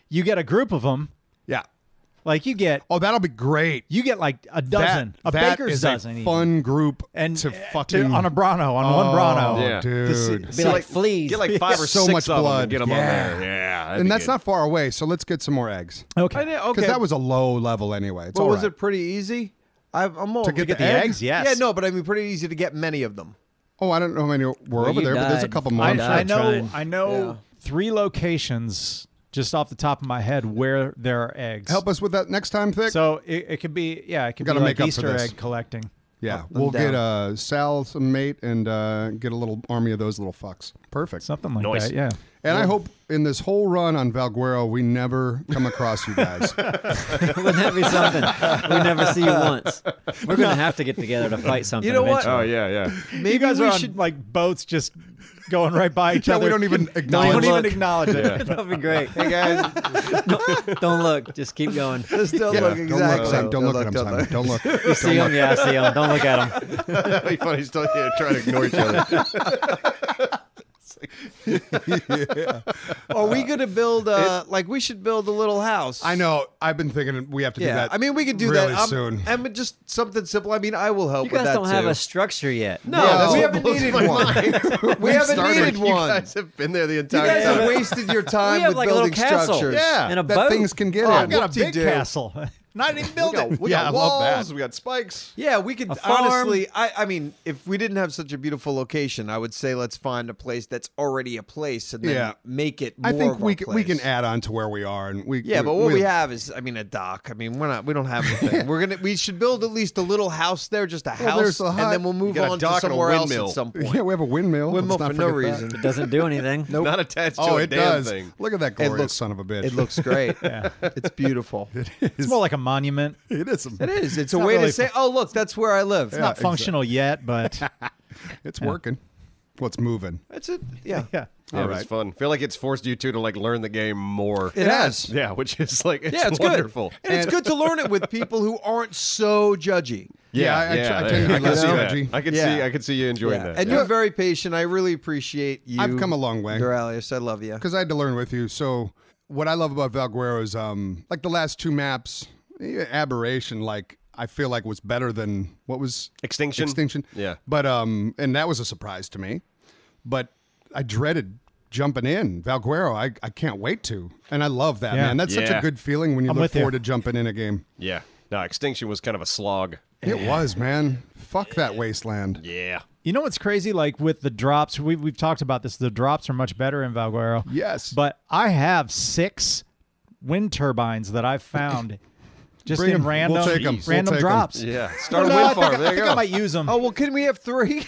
Speaker 5: you get a group of them.
Speaker 1: Yeah.
Speaker 5: Like you get
Speaker 1: Oh, that'll be great.
Speaker 5: you get like a dozen,
Speaker 1: that,
Speaker 5: a
Speaker 1: that
Speaker 5: baker's
Speaker 1: is
Speaker 5: dozen,
Speaker 1: A
Speaker 5: even.
Speaker 1: fun group
Speaker 5: and
Speaker 1: to
Speaker 5: uh,
Speaker 1: fucking
Speaker 5: on a Brano, on one
Speaker 1: Oh,
Speaker 5: Brano.
Speaker 2: Yeah.
Speaker 5: To see-
Speaker 1: dude.
Speaker 4: Be like, fleas.
Speaker 2: Get like five or
Speaker 1: So
Speaker 2: six
Speaker 1: much
Speaker 2: of 'em and
Speaker 1: blood.
Speaker 2: get them on
Speaker 1: Yeah.
Speaker 2: there. Yeah. that'd
Speaker 1: and
Speaker 2: be
Speaker 1: that's
Speaker 2: good.
Speaker 1: not far away. So let's get some more eggs.
Speaker 5: Okay.
Speaker 3: I did-
Speaker 1: Because
Speaker 3: okay.
Speaker 1: that was a low level anyway. It's
Speaker 3: But
Speaker 1: all
Speaker 3: was
Speaker 1: right.
Speaker 3: it pretty easy? I, I'm all
Speaker 1: To get the
Speaker 3: egg?
Speaker 5: eggs? Yes.
Speaker 3: Yeah, no, but I mean, pretty easy to get many of them.
Speaker 1: Oh, I don't know how many were over
Speaker 4: you
Speaker 1: there, but there's a
Speaker 4: died.
Speaker 1: couple more.
Speaker 5: I,
Speaker 1: I'm
Speaker 4: not
Speaker 5: I know
Speaker 4: trying.
Speaker 5: I know
Speaker 3: Yeah.
Speaker 5: three locations just off the top of my head where there are eggs.
Speaker 1: Help us with that next time, Thick.
Speaker 5: So it, it could be yeah, it could
Speaker 1: Gotta
Speaker 5: be
Speaker 1: make
Speaker 5: like
Speaker 1: up for
Speaker 5: Easter
Speaker 1: this.
Speaker 5: egg collecting.
Speaker 1: yeah,
Speaker 3: them
Speaker 1: we'll get
Speaker 3: down.
Speaker 1: uh, Sal some mate and uh, get a little army of those little fucks. Perfect.
Speaker 5: Something like
Speaker 2: Nice.
Speaker 5: that, yeah.
Speaker 1: and I hope in this whole run on Valguero, we never come across you guys.
Speaker 4: Wouldn't that be something? We never see you once. We're gonna have to get together to fight something.
Speaker 3: You know what?
Speaker 4: eventually.
Speaker 2: Oh yeah, yeah.
Speaker 3: Maybe
Speaker 5: you guys
Speaker 3: we
Speaker 5: are on
Speaker 3: should.
Speaker 5: like boats just going right by each
Speaker 1: Yeah,
Speaker 5: other.
Speaker 1: we don't even
Speaker 2: Oh,
Speaker 1: acknowledge
Speaker 5: Don't even
Speaker 4: it.
Speaker 5: acknowledge it.
Speaker 4: That'd be great.
Speaker 3: Hey guys,
Speaker 4: Don't, don't look. Just keep going.
Speaker 3: just don't
Speaker 1: Yeah,
Speaker 3: look
Speaker 1: don't
Speaker 3: exactly.
Speaker 1: look, Simon. Don't look at him,
Speaker 3: don't
Speaker 1: Simon. Don't look.
Speaker 4: You see them? Yeah, I see them. Don't look at them.
Speaker 2: That'd be funny. Still yeah, trying to ignore each other.
Speaker 3: Are we gonna build a like? We should build a little house.
Speaker 1: I know. I've been thinking we have to do
Speaker 3: Yeah,
Speaker 1: that.
Speaker 3: I mean, we could do
Speaker 1: really
Speaker 3: that I'm-
Speaker 1: soon.
Speaker 3: I mean, just something simple. I mean, I will help
Speaker 4: You
Speaker 3: with
Speaker 4: guys
Speaker 3: that
Speaker 4: don't have
Speaker 3: too.
Speaker 4: a structure yet.
Speaker 3: no,
Speaker 1: Yeah, that's
Speaker 3: we
Speaker 1: what
Speaker 3: haven't
Speaker 1: blows
Speaker 3: needed
Speaker 1: my
Speaker 3: one. we haven't
Speaker 1: started.
Speaker 3: needed
Speaker 1: You
Speaker 3: one.
Speaker 2: You guys have been there the
Speaker 3: You
Speaker 2: entire
Speaker 3: guys
Speaker 2: time.
Speaker 3: have wasted your time
Speaker 4: We have
Speaker 3: with
Speaker 4: like a little
Speaker 3: building
Speaker 4: castle.
Speaker 3: structures.
Speaker 2: Yeah.
Speaker 4: And a
Speaker 1: that
Speaker 4: boat.
Speaker 1: things can get
Speaker 3: Oh,
Speaker 1: in.
Speaker 3: God.
Speaker 5: Got a big
Speaker 3: Whoopty-doo.
Speaker 5: castle. Not even building.
Speaker 2: We
Speaker 1: Yeah,
Speaker 2: got
Speaker 1: I love that.
Speaker 2: walls. We got spikes.
Speaker 3: Yeah, we could
Speaker 4: farm.
Speaker 3: honestly. I, I mean, if we didn't have such a beautiful location, I would say let's find a place that's already a place and then
Speaker 1: Yeah.
Speaker 3: make it. More
Speaker 1: I think
Speaker 3: of
Speaker 1: we
Speaker 3: our
Speaker 1: can, we can
Speaker 3: place.
Speaker 1: add on to where we are, and we
Speaker 3: Yeah, but what
Speaker 1: we,
Speaker 3: we have is, I mean, a dock. I mean, we're not. We don't have anything. we're gonna. We should build at least a little house there, just a house,
Speaker 1: there's a hut.
Speaker 3: and then we'll move
Speaker 2: got a
Speaker 3: on
Speaker 2: dock
Speaker 3: to
Speaker 2: and a
Speaker 3: somewhere else at
Speaker 2: windmill.
Speaker 3: some point.
Speaker 1: yeah we have a windmill.
Speaker 3: Windmill
Speaker 1: Let's not
Speaker 3: for no
Speaker 1: forget that.
Speaker 3: reason.
Speaker 4: It doesn't do anything. Nope.
Speaker 2: Not attached to
Speaker 1: Oh,
Speaker 2: a
Speaker 1: it
Speaker 2: damn
Speaker 1: does.
Speaker 2: thing.
Speaker 1: Look at that glorious
Speaker 3: looks-
Speaker 1: son of a bitch.
Speaker 3: It looks great. It's beautiful.
Speaker 5: It's more like a monument. It's
Speaker 1: It is.
Speaker 3: It is. It's a
Speaker 5: not
Speaker 3: way
Speaker 5: really
Speaker 3: to say, "Oh, look, that's where I live." It's
Speaker 5: not functional yet, but
Speaker 1: It's working. Well, it's moving.
Speaker 3: That's it. Yeah.
Speaker 5: yeah.
Speaker 2: Yeah, it was fun. feel like it's forced you two to like learn the game more.
Speaker 3: It has.
Speaker 2: Yeah, which is like it's,
Speaker 3: Yeah, it's
Speaker 2: wonderful.
Speaker 3: good. And, it's good to learn it with people who aren't so judgy.
Speaker 1: Yeah, I- I tr- I
Speaker 2: yeah,
Speaker 1: tend to be
Speaker 2: I can
Speaker 1: less
Speaker 2: see
Speaker 1: judgy.
Speaker 2: that. I can see
Speaker 3: Yeah.
Speaker 2: I can see you enjoying that.
Speaker 3: And
Speaker 2: yeah.
Speaker 3: you're very patient. I really appreciate you.
Speaker 1: I've come a long way.
Speaker 3: Duralius. I love you.
Speaker 1: because I had to learn with you. So what I love about Valguero is um like the last two maps, eh, aberration. Like I feel like was better than what was
Speaker 2: Extinction?
Speaker 1: Extinction.
Speaker 2: Yeah.
Speaker 1: But um and that was a surprise to me, but I dreaded jumping in Valguero. I I can't wait to, and I love that
Speaker 5: Yeah.
Speaker 1: man. That's such a
Speaker 2: Yeah.
Speaker 1: good feeling when you
Speaker 5: I'm
Speaker 1: look
Speaker 5: with you.
Speaker 1: forward to jumping in a game.
Speaker 2: yeah. No, extinction was kind of a slog.
Speaker 1: It was man. Fuck that wasteland.
Speaker 2: Yeah.
Speaker 5: You know what's crazy? Like with the drops, we, we've talked about this. The drops are much better in Valguero.
Speaker 1: Yes.
Speaker 5: But I have six wind turbines that I've found just
Speaker 1: Bring
Speaker 5: in
Speaker 1: 'em. We'll
Speaker 5: random,
Speaker 1: take 'em. We'll
Speaker 5: random
Speaker 1: take 'em.
Speaker 5: drops.
Speaker 2: Yeah.
Speaker 5: Oh,
Speaker 2: Start a
Speaker 5: no, I
Speaker 2: wind
Speaker 5: think,
Speaker 2: farm.
Speaker 5: I,
Speaker 2: There you
Speaker 5: think
Speaker 2: go.
Speaker 5: I might use them.
Speaker 3: Oh well, can we have three?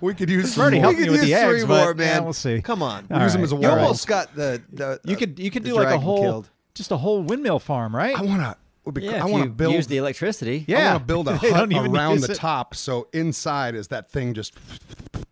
Speaker 1: We could use some
Speaker 5: Bernie,
Speaker 1: more.
Speaker 5: help me with the
Speaker 3: three
Speaker 5: eggs,
Speaker 3: more,
Speaker 5: but
Speaker 3: man.
Speaker 5: Yeah, we'll see.
Speaker 3: Come on.
Speaker 5: All
Speaker 1: Use 'em
Speaker 5: right.
Speaker 1: as a
Speaker 3: You
Speaker 1: All right.
Speaker 3: almost got the. the
Speaker 5: You
Speaker 3: uh,
Speaker 5: could you could
Speaker 3: the
Speaker 5: do like a
Speaker 3: dragon
Speaker 5: whole
Speaker 3: killed.
Speaker 5: just a whole windmill farm, right?
Speaker 1: I wanna. would be-
Speaker 4: Yeah,
Speaker 1: I
Speaker 4: if
Speaker 1: want to
Speaker 4: you
Speaker 1: build
Speaker 4: use the electricity.
Speaker 5: Yeah.
Speaker 1: I want to build a
Speaker 5: They
Speaker 1: hut
Speaker 5: don't even
Speaker 1: around
Speaker 5: use
Speaker 1: the
Speaker 5: it.
Speaker 1: top, so inside is that thing just.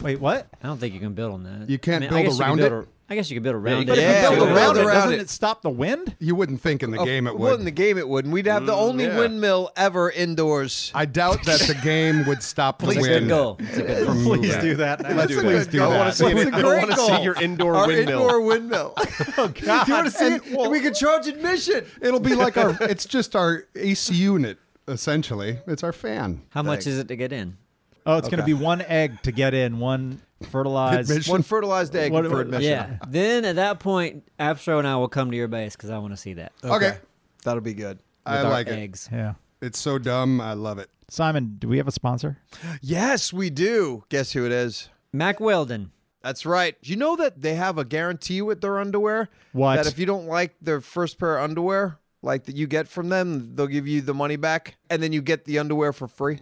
Speaker 5: Wait, what?
Speaker 4: I don't think you can build on that.
Speaker 1: You can't
Speaker 4: I
Speaker 1: build
Speaker 4: guess you can
Speaker 1: around
Speaker 4: build
Speaker 1: it?
Speaker 4: a- I guess you can build around
Speaker 2: you can
Speaker 4: it.
Speaker 3: Yeah,
Speaker 5: Build
Speaker 3: we could
Speaker 5: around
Speaker 3: build
Speaker 5: it.
Speaker 3: around
Speaker 5: Doesn't
Speaker 3: it.
Speaker 5: it stop the wind?
Speaker 1: You wouldn't think in the game it
Speaker 3: Well,
Speaker 1: would.
Speaker 3: in the game it wouldn't. We'd have the
Speaker 5: Mm,
Speaker 3: only
Speaker 2: yeah.
Speaker 3: windmill ever indoors.
Speaker 1: I doubt that the game would stop the
Speaker 4: It's a
Speaker 1: wind.
Speaker 4: good goal. It's a good goal.
Speaker 1: From
Speaker 5: Please
Speaker 1: moving.
Speaker 5: do that. Now.
Speaker 1: Let's
Speaker 2: do
Speaker 1: please
Speaker 2: that.
Speaker 1: do
Speaker 2: I
Speaker 1: that.
Speaker 2: want to see
Speaker 3: It's
Speaker 2: it.
Speaker 3: a
Speaker 2: I
Speaker 3: great
Speaker 2: want to see
Speaker 3: goal.
Speaker 2: your indoor
Speaker 3: Our
Speaker 2: windmill.
Speaker 3: indoor windmill. Oh,
Speaker 5: God.
Speaker 3: Do you want to see
Speaker 5: And-
Speaker 3: it? we could charge admission.
Speaker 1: It'll be like our. It's just our AC unit essentially. It's our fan.
Speaker 4: How much is it to get in?
Speaker 5: Oh, it's going to be one egg to get in, one fertilized.
Speaker 1: Admission.
Speaker 3: One fertilized egg
Speaker 5: What-
Speaker 3: for
Speaker 5: what-
Speaker 3: admission.
Speaker 4: Yeah. then at that point, Abstro and I will come to your base because I want to see that.
Speaker 1: Okay,
Speaker 3: That'll be good.
Speaker 1: Oh, I
Speaker 4: With our
Speaker 1: like it.
Speaker 4: eggs.
Speaker 5: Yeah.
Speaker 1: It's so dumb. I love it.
Speaker 5: Simon, do we have a sponsor?
Speaker 3: Yes, we do. Guess who it is?
Speaker 4: Mac Weldon.
Speaker 3: That's right. You know that they have a guarantee with their underwear?
Speaker 5: What?
Speaker 3: That if you don't like their first pair of underwear, like that you get from them, they'll give you the money back and then you get the underwear for free.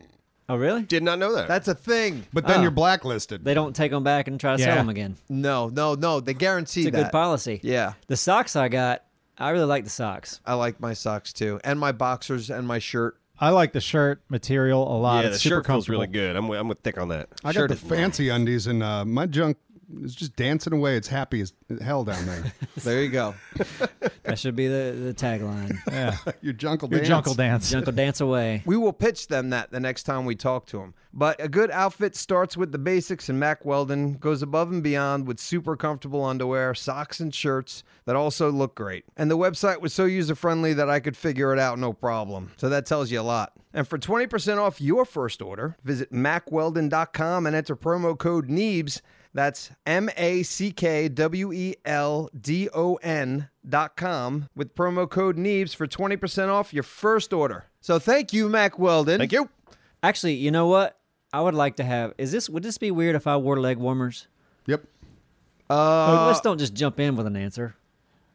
Speaker 4: Oh, really?
Speaker 2: Did not know that.
Speaker 3: That's a thing.
Speaker 1: But then
Speaker 4: Oh.
Speaker 1: you're blacklisted.
Speaker 4: They don't take them back and try to sell 'em
Speaker 5: Yeah.
Speaker 4: sell them again.
Speaker 3: No, no, no. They guarantee
Speaker 4: It's a
Speaker 3: that.
Speaker 4: good policy.
Speaker 3: Yeah.
Speaker 4: The socks I got, I really like the socks.
Speaker 3: I like my socks too, and my boxers and my shirt.
Speaker 5: I like the shirt material a lot.
Speaker 2: yeah, the
Speaker 5: it's super
Speaker 2: shirt feels
Speaker 5: comfortable.
Speaker 2: really good. I'm, I'm with thick on that.
Speaker 1: I got
Speaker 2: Shirt
Speaker 1: the
Speaker 2: is-
Speaker 1: fancy undies, and uh, my junk is just dancing away. It's happy as hell down there.
Speaker 3: There you go.
Speaker 4: That should be the, the tagline.
Speaker 1: your junk will
Speaker 5: Your
Speaker 1: dance.
Speaker 5: junkle dance.
Speaker 4: Junkle dance away.
Speaker 3: we will pitch them that the next time we talk to them. But a good outfit starts with the basics, and Mac Weldon goes above and beyond with super comfortable underwear, socks, and shirts that also look great. And the website was so user friendly that I could figure it out no problem. So that tells you a lot. And for 20% off your first order, visit macweldon.com and enter promo code E NEEBS. That's M A C K W E L D O N dot com with promo code E Neebs for 20% off your first order. So thank you, Mac Weldon.
Speaker 2: Thank you.
Speaker 4: Actually, you know what? I would like to have. Is this would this be weird if I wore leg warmers?
Speaker 1: Yep.
Speaker 4: Like, let's don't just jump in with an answer.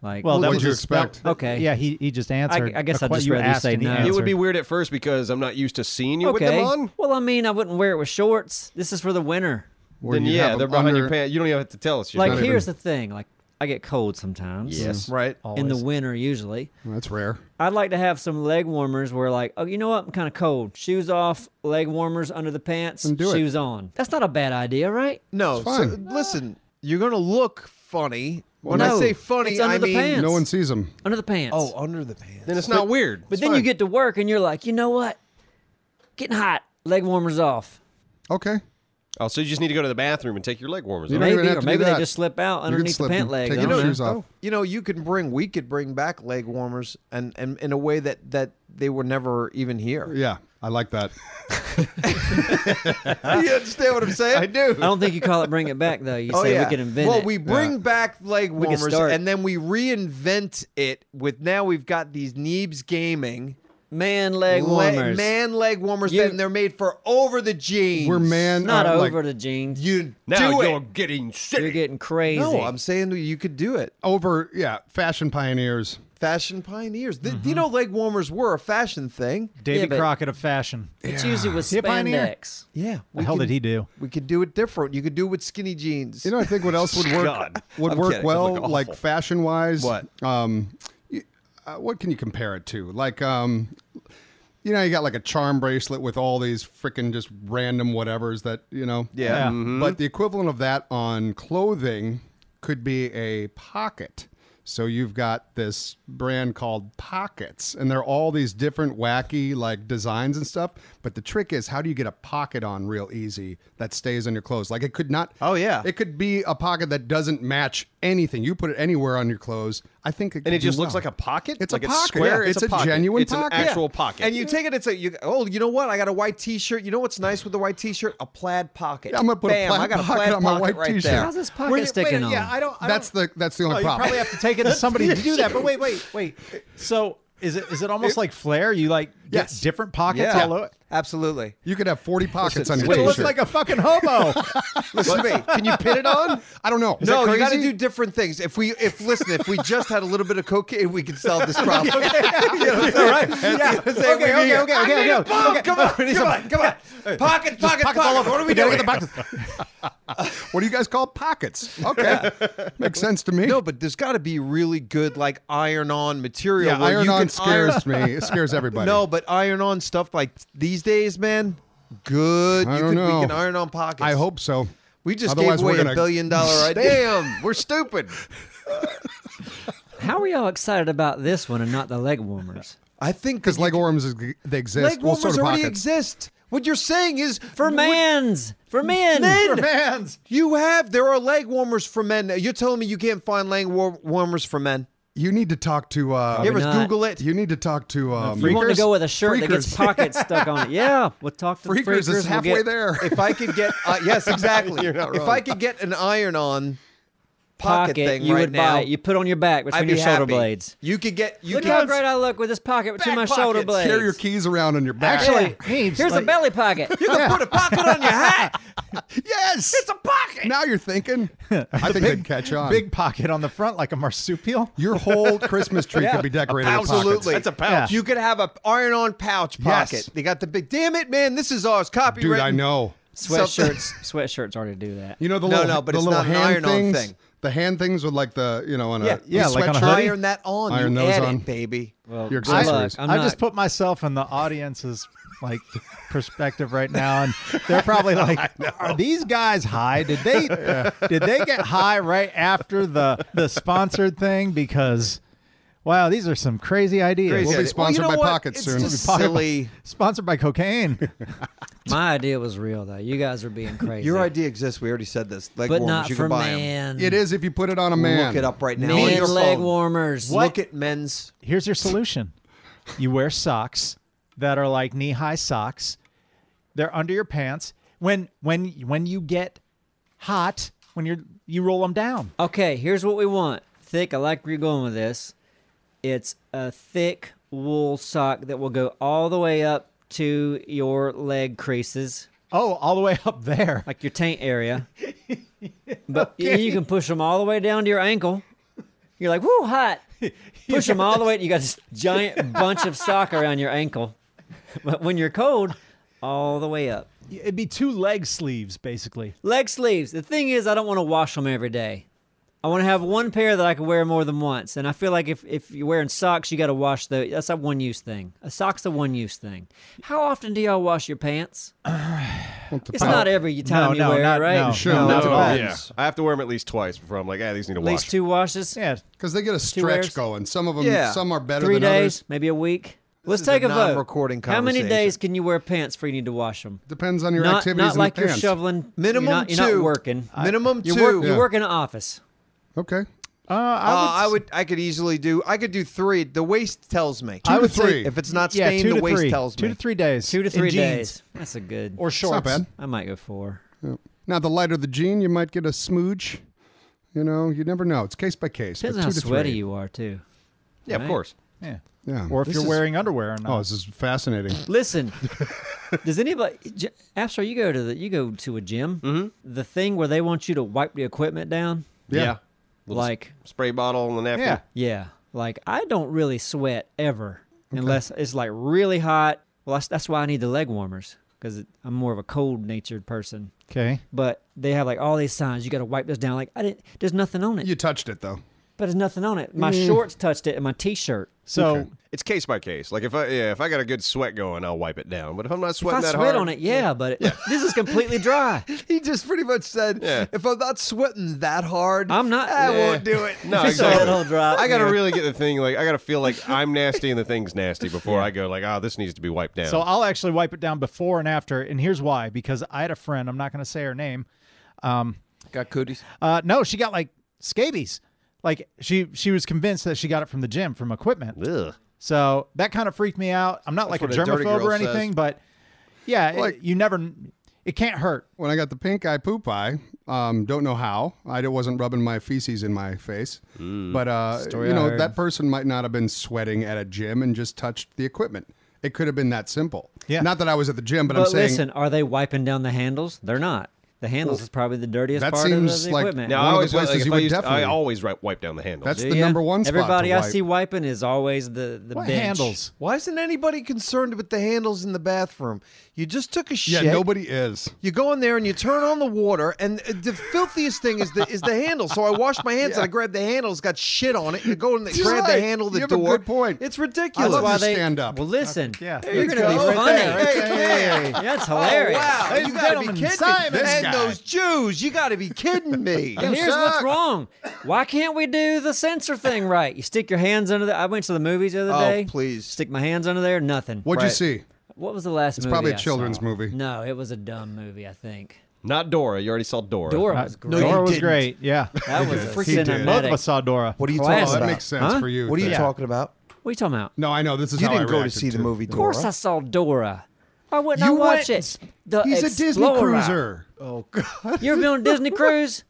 Speaker 4: Like,
Speaker 5: Well,
Speaker 1: What
Speaker 5: that
Speaker 1: would
Speaker 5: was
Speaker 1: you
Speaker 5: a spell-
Speaker 1: expect?
Speaker 4: Okay.
Speaker 5: Yeah, he, he just answered.
Speaker 4: I guess
Speaker 5: a
Speaker 4: I'd
Speaker 5: que-
Speaker 4: just
Speaker 5: you
Speaker 4: rather
Speaker 5: asked
Speaker 4: say
Speaker 5: and he
Speaker 4: no. It
Speaker 2: It would
Speaker 5: answered.
Speaker 2: be weird at first because I'm not used to seeing you with
Speaker 4: okay.
Speaker 2: them on.
Speaker 4: Well, I mean, I wouldn't wear it with shorts. This is for the winter.
Speaker 1: Where
Speaker 2: Then
Speaker 1: you
Speaker 2: yeah,
Speaker 1: have
Speaker 2: they're
Speaker 1: them
Speaker 2: behind your
Speaker 1: under-
Speaker 2: pants. You don't even have to tell us.
Speaker 4: Like,
Speaker 1: even-
Speaker 4: here's the thing. Like, I get cold sometimes.
Speaker 2: yes,
Speaker 3: Right.
Speaker 4: In the winter, usually.
Speaker 1: That's rare.
Speaker 4: I'd like to have some leg warmers where, like, oh, you know what? I'm kind of cold. Shoes off, leg warmers under the pants,
Speaker 1: do it.
Speaker 4: shoes on. That's not a bad idea, right?
Speaker 3: No,
Speaker 1: It's
Speaker 3: so,
Speaker 1: fine.
Speaker 3: listen, you're going to look funny. When I
Speaker 4: no,
Speaker 3: say funny,
Speaker 4: it's under
Speaker 3: I
Speaker 4: the
Speaker 3: mean
Speaker 4: pants.
Speaker 1: No one sees them.
Speaker 4: Under the pants.
Speaker 3: Oh, under the pants.
Speaker 2: then it's not weird.
Speaker 4: but then you get to work and you're like, you know what? Getting hot, leg warmers off.
Speaker 1: Okay.
Speaker 2: oh, so you just need to go to the bathroom and take your leg warmers
Speaker 1: You
Speaker 2: off.
Speaker 1: don't even
Speaker 4: Maybe,
Speaker 1: have
Speaker 4: or
Speaker 1: to do
Speaker 4: maybe they
Speaker 1: that.
Speaker 4: just slip out
Speaker 1: You can
Speaker 4: underneath
Speaker 1: slip
Speaker 4: the
Speaker 1: and
Speaker 4: pant leg.
Speaker 1: take
Speaker 4: I
Speaker 1: your
Speaker 4: don't know.
Speaker 1: shoes off.
Speaker 3: You know, you can bring we could bring back leg warmers and, and in a way that that they were never even here.
Speaker 1: Yeah, I like that.
Speaker 3: you understand what I'm saying? I do.
Speaker 4: I don't think you call it bring it back though.
Speaker 1: Oh,
Speaker 4: You say we can invent
Speaker 3: well,
Speaker 4: it.
Speaker 3: we bring back leg
Speaker 4: can
Speaker 3: warmers
Speaker 4: start.
Speaker 3: and then we reinvent it with now we've got these Neebs gaming
Speaker 4: man leg
Speaker 3: le-
Speaker 4: warmers.
Speaker 3: man leg warmers
Speaker 4: You-
Speaker 3: and they're made for over the jeans.
Speaker 1: We're man.
Speaker 4: not
Speaker 1: uh, like,
Speaker 4: over the jeans.
Speaker 3: You
Speaker 2: now
Speaker 3: do
Speaker 2: you're
Speaker 3: it.
Speaker 2: getting
Speaker 4: You're
Speaker 2: sick.
Speaker 4: getting crazy.
Speaker 3: No, I'm saying that you could do it.
Speaker 1: over. Yeah, fashion pioneers.
Speaker 3: Fashion pioneers. Th- You know, leg warmers were a fashion thing.
Speaker 5: Davy
Speaker 4: Yeah, but-
Speaker 5: Mm-hmm. Crockett of fashion.
Speaker 4: it's usually with
Speaker 5: He a pioneer?
Speaker 4: spandex.
Speaker 3: Yeah.
Speaker 5: The hell
Speaker 3: can-
Speaker 5: did he do?
Speaker 3: We could do it different. You could do it with skinny jeans.
Speaker 1: You know, I think what else would work
Speaker 2: God.
Speaker 1: would
Speaker 2: I'm
Speaker 1: work
Speaker 2: kidding. Those
Speaker 1: well,
Speaker 2: look
Speaker 1: like
Speaker 2: awful.
Speaker 1: fashion wise.
Speaker 2: What?
Speaker 1: Um, y- uh, what can you compare it to? Like, um, you know, you got like a charm bracelet with all these freaking just random whatevers that you know.
Speaker 5: Yeah.
Speaker 2: Mm-hmm.
Speaker 1: But the equivalent of that on clothing could be a pocket. So you've got this brand called Pockets, and they're all these different wacky like designs and stuff. But the trick is, how do you get a pocket on real easy that stays on your clothes? Like it could not.
Speaker 3: Oh, yeah.
Speaker 1: it could be a pocket that doesn't match anything. You put it anywhere on your clothes. I think, it could
Speaker 2: And it
Speaker 1: do
Speaker 2: just looks
Speaker 1: well.
Speaker 2: like a pocket.
Speaker 1: It's a
Speaker 2: like
Speaker 1: pocket,
Speaker 2: It's square.
Speaker 1: yeah.
Speaker 2: It's,
Speaker 1: It's a
Speaker 2: pocket.
Speaker 1: genuine
Speaker 2: it's
Speaker 1: pocket.
Speaker 2: an actual
Speaker 1: Yeah.
Speaker 2: pocket.
Speaker 3: And you take it, it's a you. Oh, you know what? I got a white T-shirt. You know what's nice with the white T-shirt? A plaid pocket.
Speaker 1: Yeah, I'm gonna put a
Speaker 3: Bam,
Speaker 1: plaid
Speaker 3: I got a
Speaker 1: pocket
Speaker 3: plaid
Speaker 1: on my
Speaker 3: pocket
Speaker 1: white
Speaker 3: right
Speaker 1: T-shirt.
Speaker 3: There.
Speaker 4: How's this pocket sticking on?
Speaker 5: Yeah, I don't. I
Speaker 1: that's the that's the
Speaker 5: Oh,
Speaker 1: only
Speaker 5: you
Speaker 1: problem.
Speaker 5: probably have to take it to somebody to do that. But wait, wait, wait. So is it is it almost like flair? You like get
Speaker 1: Yes.
Speaker 5: different pockets
Speaker 3: Yeah,
Speaker 5: all over.
Speaker 3: absolutely.
Speaker 1: you could have 40 pockets on your
Speaker 5: It looks
Speaker 1: T-shirt.
Speaker 5: like a fucking hobo.
Speaker 3: Listen to me. Can you pin it on?
Speaker 1: I don't know. Is that
Speaker 3: no, you
Speaker 1: crazy?
Speaker 3: got to do different things. If we, if listen, if we just had a little bit of cocaine, we could solve this problem. You know what I'm saying?
Speaker 5: yeah.
Speaker 3: I'm saying we
Speaker 5: Okay,
Speaker 3: need
Speaker 5: okay,
Speaker 3: it.
Speaker 5: okay,
Speaker 3: I
Speaker 5: okay,
Speaker 3: need
Speaker 5: okay,
Speaker 3: a
Speaker 5: okay.
Speaker 3: bomb. Come on,
Speaker 5: We need
Speaker 3: come
Speaker 5: some-
Speaker 3: on, come on. Pocket, pocket, pocket. What are we doing?
Speaker 1: What do you guys call pockets? Okay, makes sense to me.
Speaker 3: No, but there's got to be really good like iron-on material.
Speaker 1: Yeah,
Speaker 3: where
Speaker 1: iron
Speaker 3: you
Speaker 1: on
Speaker 3: can iron-
Speaker 1: scares me. It scares everybody.
Speaker 3: No, but iron on stuff like these days, man, good.
Speaker 1: I
Speaker 3: you
Speaker 1: don't
Speaker 3: could,
Speaker 1: know.
Speaker 3: We can iron on pockets.
Speaker 1: I hope so.
Speaker 3: We just
Speaker 1: Otherwise,
Speaker 3: gave away
Speaker 1: we're gonna-
Speaker 3: a billion dollar idea. Damn, we're stupid.
Speaker 4: How are y'all excited about this one and not the leg warmers?
Speaker 3: I think
Speaker 1: Because leg worms is, they exist.
Speaker 3: leg
Speaker 1: well,
Speaker 3: warmers
Speaker 1: so do
Speaker 3: already
Speaker 1: pockets.
Speaker 3: exist. What you're saying is
Speaker 4: For
Speaker 3: what
Speaker 4: man's, for men. Men.
Speaker 5: Man's.
Speaker 3: You have there are leg warmers for men. Now, You're telling me you can't find leg war- warmers for men?
Speaker 1: You need to talk to. Uh,
Speaker 3: You ever
Speaker 4: not.
Speaker 3: Google it?
Speaker 1: you need to talk to. Um,
Speaker 4: You want to
Speaker 1: freakers?
Speaker 4: go with a shirt that gets
Speaker 1: Freakers.
Speaker 4: pockets stuck on it? Yeah, we'll talk to the
Speaker 1: Freakers
Speaker 4: We'll
Speaker 1: is halfway
Speaker 4: get
Speaker 1: there.
Speaker 3: if I could get uh, yes, exactly.
Speaker 1: You're not
Speaker 3: if
Speaker 1: wrong.
Speaker 3: I could get an iron on pocket,
Speaker 4: Pocket,
Speaker 3: thing
Speaker 4: you
Speaker 3: right
Speaker 4: would
Speaker 3: now,
Speaker 4: buy it. You put on your back between
Speaker 3: I'd be
Speaker 4: your shoulder
Speaker 3: happy.
Speaker 4: blades.
Speaker 3: You could get you
Speaker 4: Look
Speaker 3: could
Speaker 4: how great I look with this pocket between my
Speaker 3: Back
Speaker 4: shoulder
Speaker 3: pockets.
Speaker 4: blades.
Speaker 1: carry your keys around on your back.
Speaker 5: Actually,
Speaker 4: Yeah.
Speaker 5: Heaves,
Speaker 4: Here's
Speaker 5: like-
Speaker 4: a belly pocket.
Speaker 3: You can put a pocket on your hat.
Speaker 1: yes, it's a pocket. Now you're thinking. I think they'd catch on.
Speaker 5: Big pocket on the front like a marsupial.
Speaker 1: your whole Christmas tree could be decorated. with pockets.
Speaker 3: Absolutely,
Speaker 2: That's a pouch.
Speaker 3: You could have a iron-on pouch
Speaker 1: Yes.
Speaker 3: pocket. They got the big. Damn it, man! This is ours. Copyright.
Speaker 1: dude. I know.
Speaker 4: sweatshirts, sweatshirts already do that.
Speaker 1: You know the
Speaker 3: No,
Speaker 1: little,
Speaker 3: no, but
Speaker 1: the
Speaker 3: it's
Speaker 1: little
Speaker 3: not an
Speaker 1: hand
Speaker 3: iron-on
Speaker 1: things.
Speaker 3: thing.
Speaker 1: The hand things with like the you know on a
Speaker 3: Yeah,
Speaker 5: yeah, like on a
Speaker 1: sweatshirt.
Speaker 5: hoodie.
Speaker 3: Iron that on.
Speaker 1: Iron
Speaker 3: you
Speaker 1: those
Speaker 3: add
Speaker 1: on.
Speaker 3: it, baby.
Speaker 1: Your
Speaker 4: Good luck.
Speaker 1: accessories.
Speaker 4: I'm
Speaker 5: I
Speaker 4: not-
Speaker 5: just put myself in the audience's like perspective right now, and they're probably like, "Are these guys high? Did they did they get high right after the the sponsored thing? Because wow, these are some crazy ideas.
Speaker 1: We'll be
Speaker 3: Well, you
Speaker 1: sponsored
Speaker 3: know
Speaker 1: by
Speaker 3: what?
Speaker 1: pockets
Speaker 3: It's
Speaker 1: soon.
Speaker 3: just
Speaker 5: Pocket-
Speaker 3: silly.
Speaker 5: Sponsored by cocaine.
Speaker 4: My idea was real though. You guys are being crazy.
Speaker 3: Your idea exists. We already said this. Leg
Speaker 4: but
Speaker 3: warmers.
Speaker 4: not
Speaker 3: you
Speaker 4: for
Speaker 3: can buy 'em.
Speaker 4: man.
Speaker 1: It is if you put it on a man.
Speaker 3: Look it up right now. on your
Speaker 4: Man leg
Speaker 3: phone.
Speaker 4: warmers.
Speaker 3: Look at men's.
Speaker 5: Here's your solution: you wear socks that are like knee high socks. They're under your pants. When when when you get hot, when you're you roll them down.
Speaker 4: Okay, here's what we want. Thick. I like where you're going with this. It's a thick wool sock that will go all the way up to your leg creases,
Speaker 5: Oh, all the way up there.
Speaker 4: like your taint area. But y- you can push them all the way down to your ankle. You're like, whoo, hot. Push them all the way. You got this giant bunch of sock around your ankle. But when you're cold, all the way up.
Speaker 5: It'd be two leg sleeves basically.
Speaker 4: Leg sleeves. The thing is, I don't want to wash them every day. I want to have one pair that I can wear more than once. And I feel like if, if you're wearing socks, you got to wash the. That's a one use thing. A sock's a one use thing. How often do y'all wash your pants? it's not every time you
Speaker 5: no,
Speaker 4: wear
Speaker 5: not-
Speaker 4: it, right?
Speaker 5: no, Sure, no,
Speaker 4: At
Speaker 5: not
Speaker 2: Oh,
Speaker 5: Depends.
Speaker 2: yeah. I have to wear them at least twice before I'm like, ah, these need to
Speaker 4: least
Speaker 2: wash.
Speaker 4: two washes.
Speaker 5: Yeah.
Speaker 1: Because they get a
Speaker 4: wears?
Speaker 1: stretch going. Some of them,
Speaker 3: Yeah.
Speaker 1: some are better
Speaker 4: Three
Speaker 1: than
Speaker 4: days,
Speaker 1: others.
Speaker 4: maybe a week. Let's
Speaker 3: is
Speaker 4: take
Speaker 3: a
Speaker 4: a, vote.
Speaker 3: non-recording
Speaker 4: How many
Speaker 3: conversation.
Speaker 4: days can you wear pants before you need to wash them?
Speaker 1: Depends on your
Speaker 4: not
Speaker 1: activities
Speaker 4: not
Speaker 1: and
Speaker 4: like
Speaker 1: the
Speaker 4: you're
Speaker 1: pants.
Speaker 4: shoveling.
Speaker 3: Minimum
Speaker 4: you're not, you're not
Speaker 3: two.
Speaker 4: working.
Speaker 3: Minimum
Speaker 4: You're,
Speaker 3: two.
Speaker 4: work, you're
Speaker 1: Yeah.
Speaker 4: working in an office.
Speaker 1: Okay.
Speaker 5: Uh, I would,
Speaker 3: Uh, I would, I could easily do. I could do three. The waist tells me.
Speaker 1: Two
Speaker 5: I
Speaker 1: to
Speaker 5: would say
Speaker 1: three.
Speaker 3: If it's not
Speaker 5: yeah,
Speaker 3: stained,
Speaker 5: two
Speaker 3: the
Speaker 5: to
Speaker 3: waist
Speaker 5: three.
Speaker 3: tells
Speaker 5: two
Speaker 3: me.
Speaker 5: to three days.
Speaker 4: Two to
Speaker 5: in
Speaker 4: three
Speaker 5: jeans.
Speaker 4: days. That's a good.
Speaker 5: or
Speaker 1: not
Speaker 5: shorts.
Speaker 1: bad.
Speaker 4: I might go four.
Speaker 1: Now, the lighter the jean, you might get a smooch. You know, you never know. It's case by case.
Speaker 4: Depends
Speaker 1: but
Speaker 4: on how
Speaker 1: two to
Speaker 4: sweaty
Speaker 1: three.
Speaker 4: you are too.
Speaker 2: Yeah, of
Speaker 4: Right.
Speaker 2: course.
Speaker 5: Yeah.
Speaker 1: Yeah.
Speaker 5: Or if
Speaker 1: This
Speaker 5: you're
Speaker 1: is-
Speaker 5: wearing underwear or not.
Speaker 1: Oh, this is fascinating.
Speaker 4: Listen, does anybody? J- After you go to the you go to a gym, the thing where they want you to wipe the equipment down,
Speaker 1: Yeah.
Speaker 4: like
Speaker 2: Spray bottle and the napkin.
Speaker 5: yeah.
Speaker 4: yeah, like I don't really sweat ever unless it's like really hot. Well, that's, that's why I need the leg warmers because I'm more of a cold natured person.
Speaker 5: Okay.
Speaker 4: But they have like all these signs. You got to wipe this down. Like I didn't. There's nothing on it.
Speaker 1: You touched it, though.
Speaker 4: but there's nothing on it.
Speaker 1: Mm.
Speaker 4: My shorts touched it, and my t-shirt.
Speaker 5: So
Speaker 2: It's case by case. Like if I yeah, if I got a good sweat going, I'll wipe it down. But if I'm not
Speaker 4: If
Speaker 2: sweating
Speaker 4: I
Speaker 2: that
Speaker 4: sweat
Speaker 2: hard,
Speaker 4: on it, yeah, but it, this is completely dry.
Speaker 3: He just pretty much said,
Speaker 2: Yeah.
Speaker 3: if I'm not sweating that hard,
Speaker 4: I'm not-
Speaker 3: I
Speaker 4: Yeah.
Speaker 3: won't do it.
Speaker 2: No,
Speaker 4: Just a
Speaker 2: exactly.
Speaker 4: little drop
Speaker 2: I gotta
Speaker 4: here.
Speaker 2: really get the thing. Like I gotta feel like I'm nasty and the thing's nasty before I go. Like, oh, this needs to be wiped down.
Speaker 5: So uh, I'll actually wipe it down before and after, and here's why: because I had a friend. I'm not going to say her name.
Speaker 3: Got cooties.
Speaker 5: Uh, no, she got like scabies. Like she she was convinced that she got it from the gym from equipment.
Speaker 2: Ugh.
Speaker 5: So that kind of freaked me out. I'm not like
Speaker 3: what
Speaker 5: a
Speaker 3: a dirty
Speaker 5: germaphobe or
Speaker 3: girl says.
Speaker 5: anything, but yeah, it-
Speaker 1: Like-
Speaker 5: you never. It can't hurt.
Speaker 1: When I got the pink eye poop eye, um, don't know how. I wasn't rubbing my feces in my face.
Speaker 3: Mm.
Speaker 1: But, uh, you know, that person might not have been sweating at a gym and just touched the equipment. It could have been that simple.
Speaker 5: Yeah.
Speaker 1: Not that I was at the gym, but,
Speaker 4: But
Speaker 1: I'm saying
Speaker 4: listen, are they wiping down the handles? They're not. The handles is probably the dirtiest
Speaker 1: that
Speaker 4: part of
Speaker 1: seems
Speaker 4: the
Speaker 1: like-
Speaker 4: equipment.
Speaker 2: Now
Speaker 1: One
Speaker 2: I
Speaker 1: of the
Speaker 2: always
Speaker 1: places
Speaker 2: like, if
Speaker 1: you
Speaker 2: I,
Speaker 1: would
Speaker 2: used,
Speaker 1: definitely-
Speaker 2: I always ri- wipe down the handles.
Speaker 1: That's-
Speaker 4: Do
Speaker 1: the
Speaker 4: ya?
Speaker 1: number one spot to
Speaker 4: Everybody I
Speaker 1: wipe.
Speaker 4: see wiping is always the the
Speaker 5: What
Speaker 4: bench.
Speaker 5: handles?
Speaker 3: Why isn't anybody concerned with the handles in the bathroom? You just took a
Speaker 1: yeah,
Speaker 3: shit.
Speaker 1: nobody is.
Speaker 3: You go in there and you turn on the water, and the filthiest thing is the is the handle. So I washed my hands and I grabbed the handle. It's got shit on it. You go in, there,
Speaker 1: You're
Speaker 3: grab the
Speaker 1: right.
Speaker 3: handle, of the
Speaker 1: You have a
Speaker 3: door.
Speaker 1: good point.
Speaker 3: It's
Speaker 1: I
Speaker 3: ridiculous.
Speaker 1: love
Speaker 4: why
Speaker 1: your
Speaker 4: they
Speaker 1: stand up.
Speaker 4: Well, listen,
Speaker 5: yeah.
Speaker 4: you're
Speaker 5: Let's
Speaker 4: gonna be
Speaker 5: go. Right
Speaker 4: funny.
Speaker 5: there, right
Speaker 4: Yeah, That's hilarious.
Speaker 3: Oh, wow,
Speaker 5: Ladies
Speaker 3: you
Speaker 5: and
Speaker 3: gotta be
Speaker 5: gentlemen,
Speaker 3: kidding
Speaker 5: Simon.
Speaker 3: me.
Speaker 5: This
Speaker 3: And
Speaker 5: guy.
Speaker 3: those Jews, you gotta be kidding me.
Speaker 4: And here's what's wrong. Why can't we do the sensor thing right? You stick your hands under the. I went to the movies the other
Speaker 3: Oh,
Speaker 4: day.
Speaker 3: please.
Speaker 4: Stick my hands under there. Nothing.
Speaker 1: What'd you
Speaker 3: Right.
Speaker 1: see?
Speaker 4: What was the last movie?
Speaker 1: probably a
Speaker 4: I
Speaker 1: children's
Speaker 4: saw?
Speaker 1: movie.
Speaker 4: No, it was a dumb movie. I think.
Speaker 2: Not Dora. You already saw Dora.
Speaker 4: Dora was great.
Speaker 3: you
Speaker 5: Dora was
Speaker 3: didn't.
Speaker 5: great. Yeah,
Speaker 4: that was a
Speaker 1: He did.
Speaker 4: cinematic.
Speaker 5: both of us saw Dora.
Speaker 3: What are you
Speaker 4: Classic.
Speaker 3: talking
Speaker 1: Oh, that
Speaker 3: about?
Speaker 1: makes sense
Speaker 4: Huh?
Speaker 1: for you.
Speaker 3: What are you
Speaker 1: Chris.
Speaker 3: talking about?
Speaker 4: What are you talking about?
Speaker 1: No, I know. This is
Speaker 3: You
Speaker 1: how I
Speaker 3: didn't go to
Speaker 1: reacted
Speaker 3: see the
Speaker 1: it.
Speaker 3: movie
Speaker 4: Of
Speaker 3: Dora.
Speaker 4: course, I saw Dora. Why wouldn't
Speaker 3: You
Speaker 4: I
Speaker 3: went-
Speaker 4: watch it? The
Speaker 1: He's a Disney
Speaker 4: Explorer.
Speaker 1: cruiser.
Speaker 4: You ever been on a Disney cruise?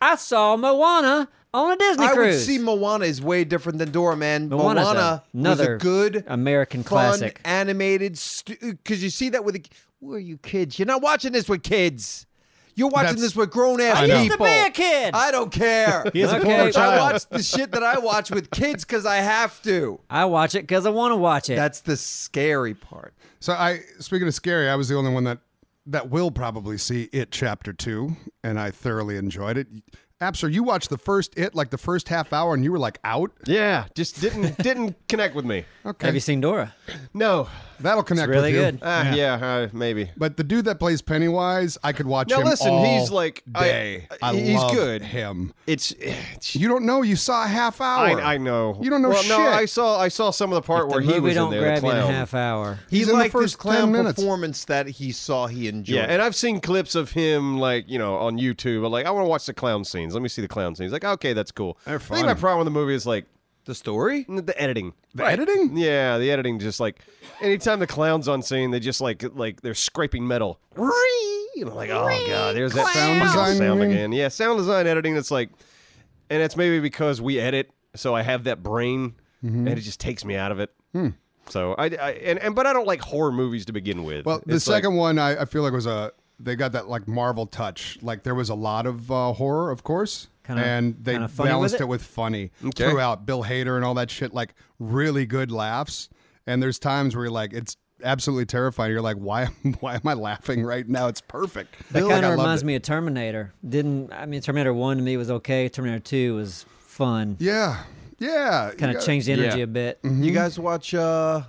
Speaker 4: I saw Moana on a Disney
Speaker 3: I
Speaker 4: cruise.
Speaker 3: would see Moana is way different than Dora, man.
Speaker 4: Moana's a-
Speaker 3: Moana was
Speaker 4: another
Speaker 3: a good
Speaker 4: American
Speaker 3: fun,
Speaker 4: classic.
Speaker 3: animated. Because you see that with the, where are you kids? You're not watching this with kids. You're watching
Speaker 1: That's-
Speaker 3: this with grown ass
Speaker 1: I
Speaker 3: people.
Speaker 1: know.
Speaker 4: used to be a kid.
Speaker 3: I don't care.
Speaker 5: He is a
Speaker 4: Okay,
Speaker 5: former
Speaker 4: I
Speaker 5: child.
Speaker 3: I watch the shit that I watch with kids because I have to.
Speaker 4: I watch it because I want to watch it.
Speaker 3: That's the scary part.
Speaker 1: So I speaking of scary, I was the only one that that will probably see it chapter two, and I thoroughly enjoyed it. Absor, you watched the first it like the first half hour, and you were like out.
Speaker 2: Yeah, just didn't didn't connect with me.
Speaker 4: Have you seen Dora?
Speaker 2: No.
Speaker 1: That'll connect
Speaker 4: Really
Speaker 1: with you.
Speaker 4: good.
Speaker 2: Uh, yeah, uh, maybe.
Speaker 1: But the dude that plays Pennywise, I could watch
Speaker 2: Now
Speaker 1: him
Speaker 2: listen,
Speaker 1: all
Speaker 2: he's like- I-
Speaker 1: day. I,
Speaker 2: he's
Speaker 1: love
Speaker 2: good.
Speaker 1: Him.
Speaker 2: It's. eh, it's
Speaker 1: You don't know. You saw a half hour.
Speaker 2: I, I know.
Speaker 1: You don't know
Speaker 2: well,
Speaker 1: shit.
Speaker 2: No, I saw. I saw some of the part
Speaker 4: The
Speaker 2: where he
Speaker 4: movie
Speaker 2: was
Speaker 4: don't
Speaker 2: in there.
Speaker 4: grab
Speaker 2: the
Speaker 4: you in a
Speaker 2: clown.
Speaker 4: half hour.
Speaker 3: He
Speaker 1: He's in the
Speaker 3: liked this
Speaker 1: first 10
Speaker 3: clown
Speaker 1: minutes.
Speaker 3: performance that he saw he enjoyed.
Speaker 2: Yeah, and I've seen clips of him like you know on YouTube. But like, I want to watch the clown scenes. Let me see the clown scenes. Like, okay, that's cool.
Speaker 1: They're
Speaker 2: I think my
Speaker 1: fun.
Speaker 2: problem with the movie is like
Speaker 3: the story?
Speaker 2: n- the editing.
Speaker 1: The editing.
Speaker 2: Yeah, the editing just like anytime the clown's on scene, they just like like they're scraping metal. I'm like, oh god, there's that
Speaker 1: Sound
Speaker 2: sound
Speaker 1: design
Speaker 2: design sound
Speaker 1: ring.
Speaker 2: again. Yeah, sound design editing. That's like, and it's maybe because we edit, so I have that brain,
Speaker 1: Mm-hmm.
Speaker 2: and it just takes me out of it.
Speaker 1: Hmm.
Speaker 2: So I, I and, and but I don't like horror movies to begin with.
Speaker 1: Well, the
Speaker 2: It's like-
Speaker 1: second one I, I feel like was a they got that like Marvel touch. Like there was a lot of uh, horror, of course,
Speaker 4: Kinda-
Speaker 1: and they
Speaker 4: kinda funny with
Speaker 1: balanced
Speaker 4: it?
Speaker 1: it? with funny
Speaker 2: Okay.
Speaker 1: throughout. Bill Hader and all that shit, like really good laughs. And there's times where you're like, it's absolutely terrifying. You're like, why why am I laughing right now? It's perfect.
Speaker 4: That
Speaker 1: Like,
Speaker 4: kind
Speaker 1: I
Speaker 4: of
Speaker 1: loved
Speaker 4: reminds
Speaker 1: it.
Speaker 4: me of Terminator. Didn't I mean Terminator One to me was okay. Terminator Two was fun.
Speaker 1: Yeah, yeah.
Speaker 4: Kind of changed the energy
Speaker 3: Yeah. Mm-hmm.
Speaker 4: a bit.
Speaker 3: You guys watch uh,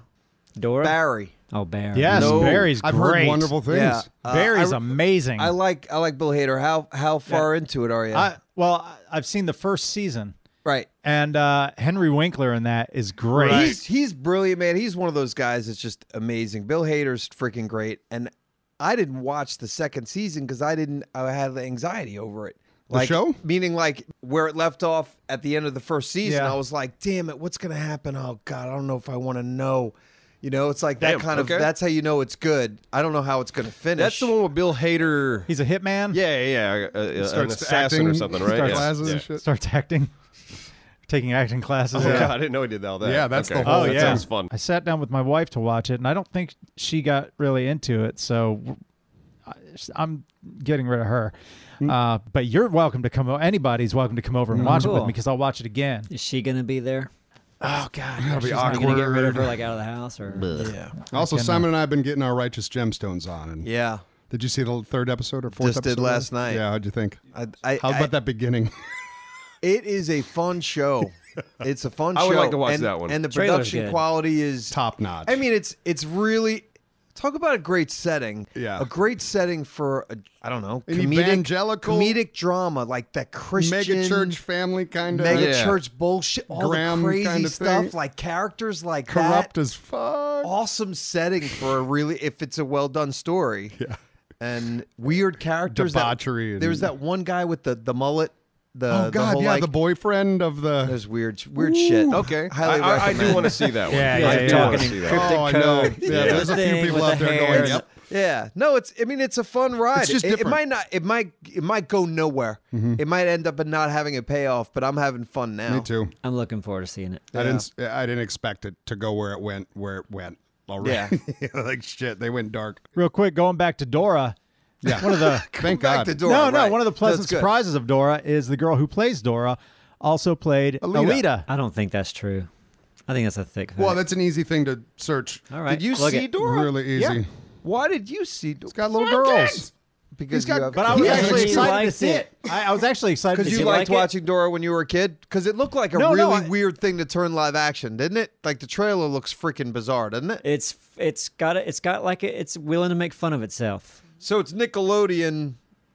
Speaker 4: Dora.
Speaker 3: Barry?
Speaker 4: Oh, Barry.
Speaker 5: Yes,
Speaker 3: No.
Speaker 5: Barry's
Speaker 1: I've
Speaker 5: great.
Speaker 1: heard wonderful things.
Speaker 3: Yeah. Uh,
Speaker 5: Barry's
Speaker 3: I-
Speaker 5: amazing.
Speaker 3: I like I like Bill Hader. How how far into it are you?
Speaker 5: I, well, I- I've seen the first season,
Speaker 3: right.
Speaker 5: and uh, Henry Winkler in that is great.
Speaker 3: He's he's brilliant, man. He's one of those guys that's just amazing. Bill Hader's freaking great, and I didn't watch the second season because I didn't. I had the anxiety over it. Like,
Speaker 1: show?
Speaker 3: meaning like where it left off at the end of the first season.
Speaker 5: Yeah.
Speaker 3: I was like, damn it, what's gonna happen? Oh God, I don't know if I want to know. You know, it's like that
Speaker 2: Damn,
Speaker 3: kind
Speaker 2: okay.
Speaker 3: of. That's how you know it's good. I don't know how it's gonna finish.
Speaker 2: that's the one with Bill Hader.
Speaker 5: He's a hitman.
Speaker 2: yeah, yeah, yeah, uh, uh, an
Speaker 1: Starts
Speaker 2: assassin
Speaker 1: acting
Speaker 2: or something, right?
Speaker 1: starts
Speaker 2: Yeah.
Speaker 1: classes and
Speaker 2: yeah.
Speaker 1: shit.
Speaker 5: starts acting, taking acting classes.
Speaker 2: Oh,
Speaker 5: Yeah.
Speaker 2: God, I didn't know he did all that.
Speaker 1: Yeah, that's
Speaker 2: Okay.
Speaker 1: the whole-
Speaker 2: That
Speaker 1: Oh, yeah.
Speaker 2: sounds fun.
Speaker 5: I sat down with my wife to watch it, and I don't think she got really into it. So I- I'm getting rid of her.
Speaker 3: Mm.
Speaker 5: Uh, but you're welcome to come. o- Anybody's welcome to come over
Speaker 2: Mm.
Speaker 5: and watch it with
Speaker 4: Cool.
Speaker 5: me because I'll watch it again.
Speaker 4: Is she gonna be there?
Speaker 5: Oh God,
Speaker 1: That'll be
Speaker 4: Are you gonna get rid of her
Speaker 1: awkward.
Speaker 4: like out of the house or?
Speaker 3: yeah,
Speaker 1: Also, Simon and I have been getting our righteous gemstones on. And
Speaker 3: yeah.
Speaker 1: did you see the third episode or fourth?
Speaker 3: Just did
Speaker 1: episode
Speaker 3: last night.
Speaker 1: Yeah, how'd you think?
Speaker 3: I, I,
Speaker 1: How
Speaker 3: I-
Speaker 1: about that beginning?
Speaker 3: It is a fun show. It's a fun show.
Speaker 2: I would like to watch
Speaker 3: and,
Speaker 2: that one.
Speaker 3: And the
Speaker 4: Trailer's
Speaker 3: production
Speaker 4: good.
Speaker 3: quality is
Speaker 1: Top notch.
Speaker 3: I mean, it's it's really talk about a great setting.
Speaker 1: Yeah.
Speaker 3: a great setting for a, I don't know
Speaker 1: An
Speaker 3: comedic,
Speaker 1: evangelical-
Speaker 3: comedic drama like that Christian
Speaker 1: mega church family kind of
Speaker 3: mega
Speaker 2: Yeah.
Speaker 3: church bullshit, all
Speaker 1: Graham
Speaker 3: the crazy
Speaker 1: kind of
Speaker 3: stuff
Speaker 1: thing.
Speaker 3: like characters like
Speaker 1: corrupt
Speaker 3: that.
Speaker 1: as fuck.
Speaker 3: Awesome setting for a really if it's a well done story. Yeah. And weird characters. that-
Speaker 1: Debauchery and-
Speaker 3: there was that one guy with the the mullet. The,
Speaker 1: oh
Speaker 3: the
Speaker 1: god,
Speaker 3: whole,
Speaker 1: yeah,
Speaker 3: like,
Speaker 1: the boyfriend of the.
Speaker 3: There's weird, weird shit.
Speaker 2: Okay,
Speaker 3: highly
Speaker 2: I, I, I do
Speaker 3: recommend.
Speaker 2: want to see that one.
Speaker 5: Yeah, yeah,
Speaker 2: I do want
Speaker 5: yeah.
Speaker 2: to
Speaker 4: Talking
Speaker 2: see
Speaker 4: in
Speaker 2: that.
Speaker 4: cryptic
Speaker 1: Oh, I know.
Speaker 4: code,
Speaker 1: Yeah,
Speaker 4: the
Speaker 1: there's a few
Speaker 4: thing
Speaker 1: people
Speaker 4: with
Speaker 1: out
Speaker 4: the
Speaker 1: there going,
Speaker 4: hair.
Speaker 1: yep.
Speaker 3: Yeah, no, it's. I mean, it's a fun ride.
Speaker 1: just
Speaker 3: it, it
Speaker 1: different. Mm-hmm.
Speaker 3: might not. It might. It might go nowhere. It might end up in not having a payoff. But I'm having fun now.
Speaker 1: Me too.
Speaker 4: I'm looking forward to seeing it.
Speaker 1: I didn't. I didn't expect it to go where it went. Where it went. Already. Yeah. like shit, they went dark.
Speaker 5: Real quick, going back to Dora.
Speaker 1: Yeah.
Speaker 5: One of the
Speaker 1: Thank
Speaker 3: Back
Speaker 1: God.
Speaker 3: to Dora.
Speaker 5: no, no.
Speaker 3: right.
Speaker 5: One of the pleasant
Speaker 3: That's good.
Speaker 5: surprises of Dora is the girl who plays Dora also played
Speaker 1: Alita.
Speaker 5: Alita.
Speaker 4: I don't think that's true. I think that's a thick.
Speaker 1: well,
Speaker 4: fact.
Speaker 1: that's an easy thing to search.
Speaker 4: all right.
Speaker 3: Did you
Speaker 4: look
Speaker 3: see
Speaker 4: it.
Speaker 3: Dora?
Speaker 1: Really easy.
Speaker 5: Yeah.
Speaker 3: Why did you see? It's
Speaker 1: It's got little girls.
Speaker 3: because
Speaker 1: he's got-
Speaker 3: you have,
Speaker 1: but I
Speaker 5: I was
Speaker 1: Yeah,
Speaker 5: actually
Speaker 1: he
Speaker 5: excited to
Speaker 4: liked
Speaker 5: see
Speaker 4: it.
Speaker 5: it. I, I was actually excited
Speaker 3: because
Speaker 5: to
Speaker 3: you
Speaker 5: see it.
Speaker 3: liked
Speaker 4: like it?
Speaker 3: watching Dora when you were a kid. Because it looked like a
Speaker 5: No,
Speaker 3: really
Speaker 5: no, I-
Speaker 3: weird thing to turn live action, didn't it? Like the trailer looks freaking bizarre, doesn't it?
Speaker 4: It's it's got a, it's got like a, it's willing to make fun of itself.
Speaker 3: So it's Nickelodeon.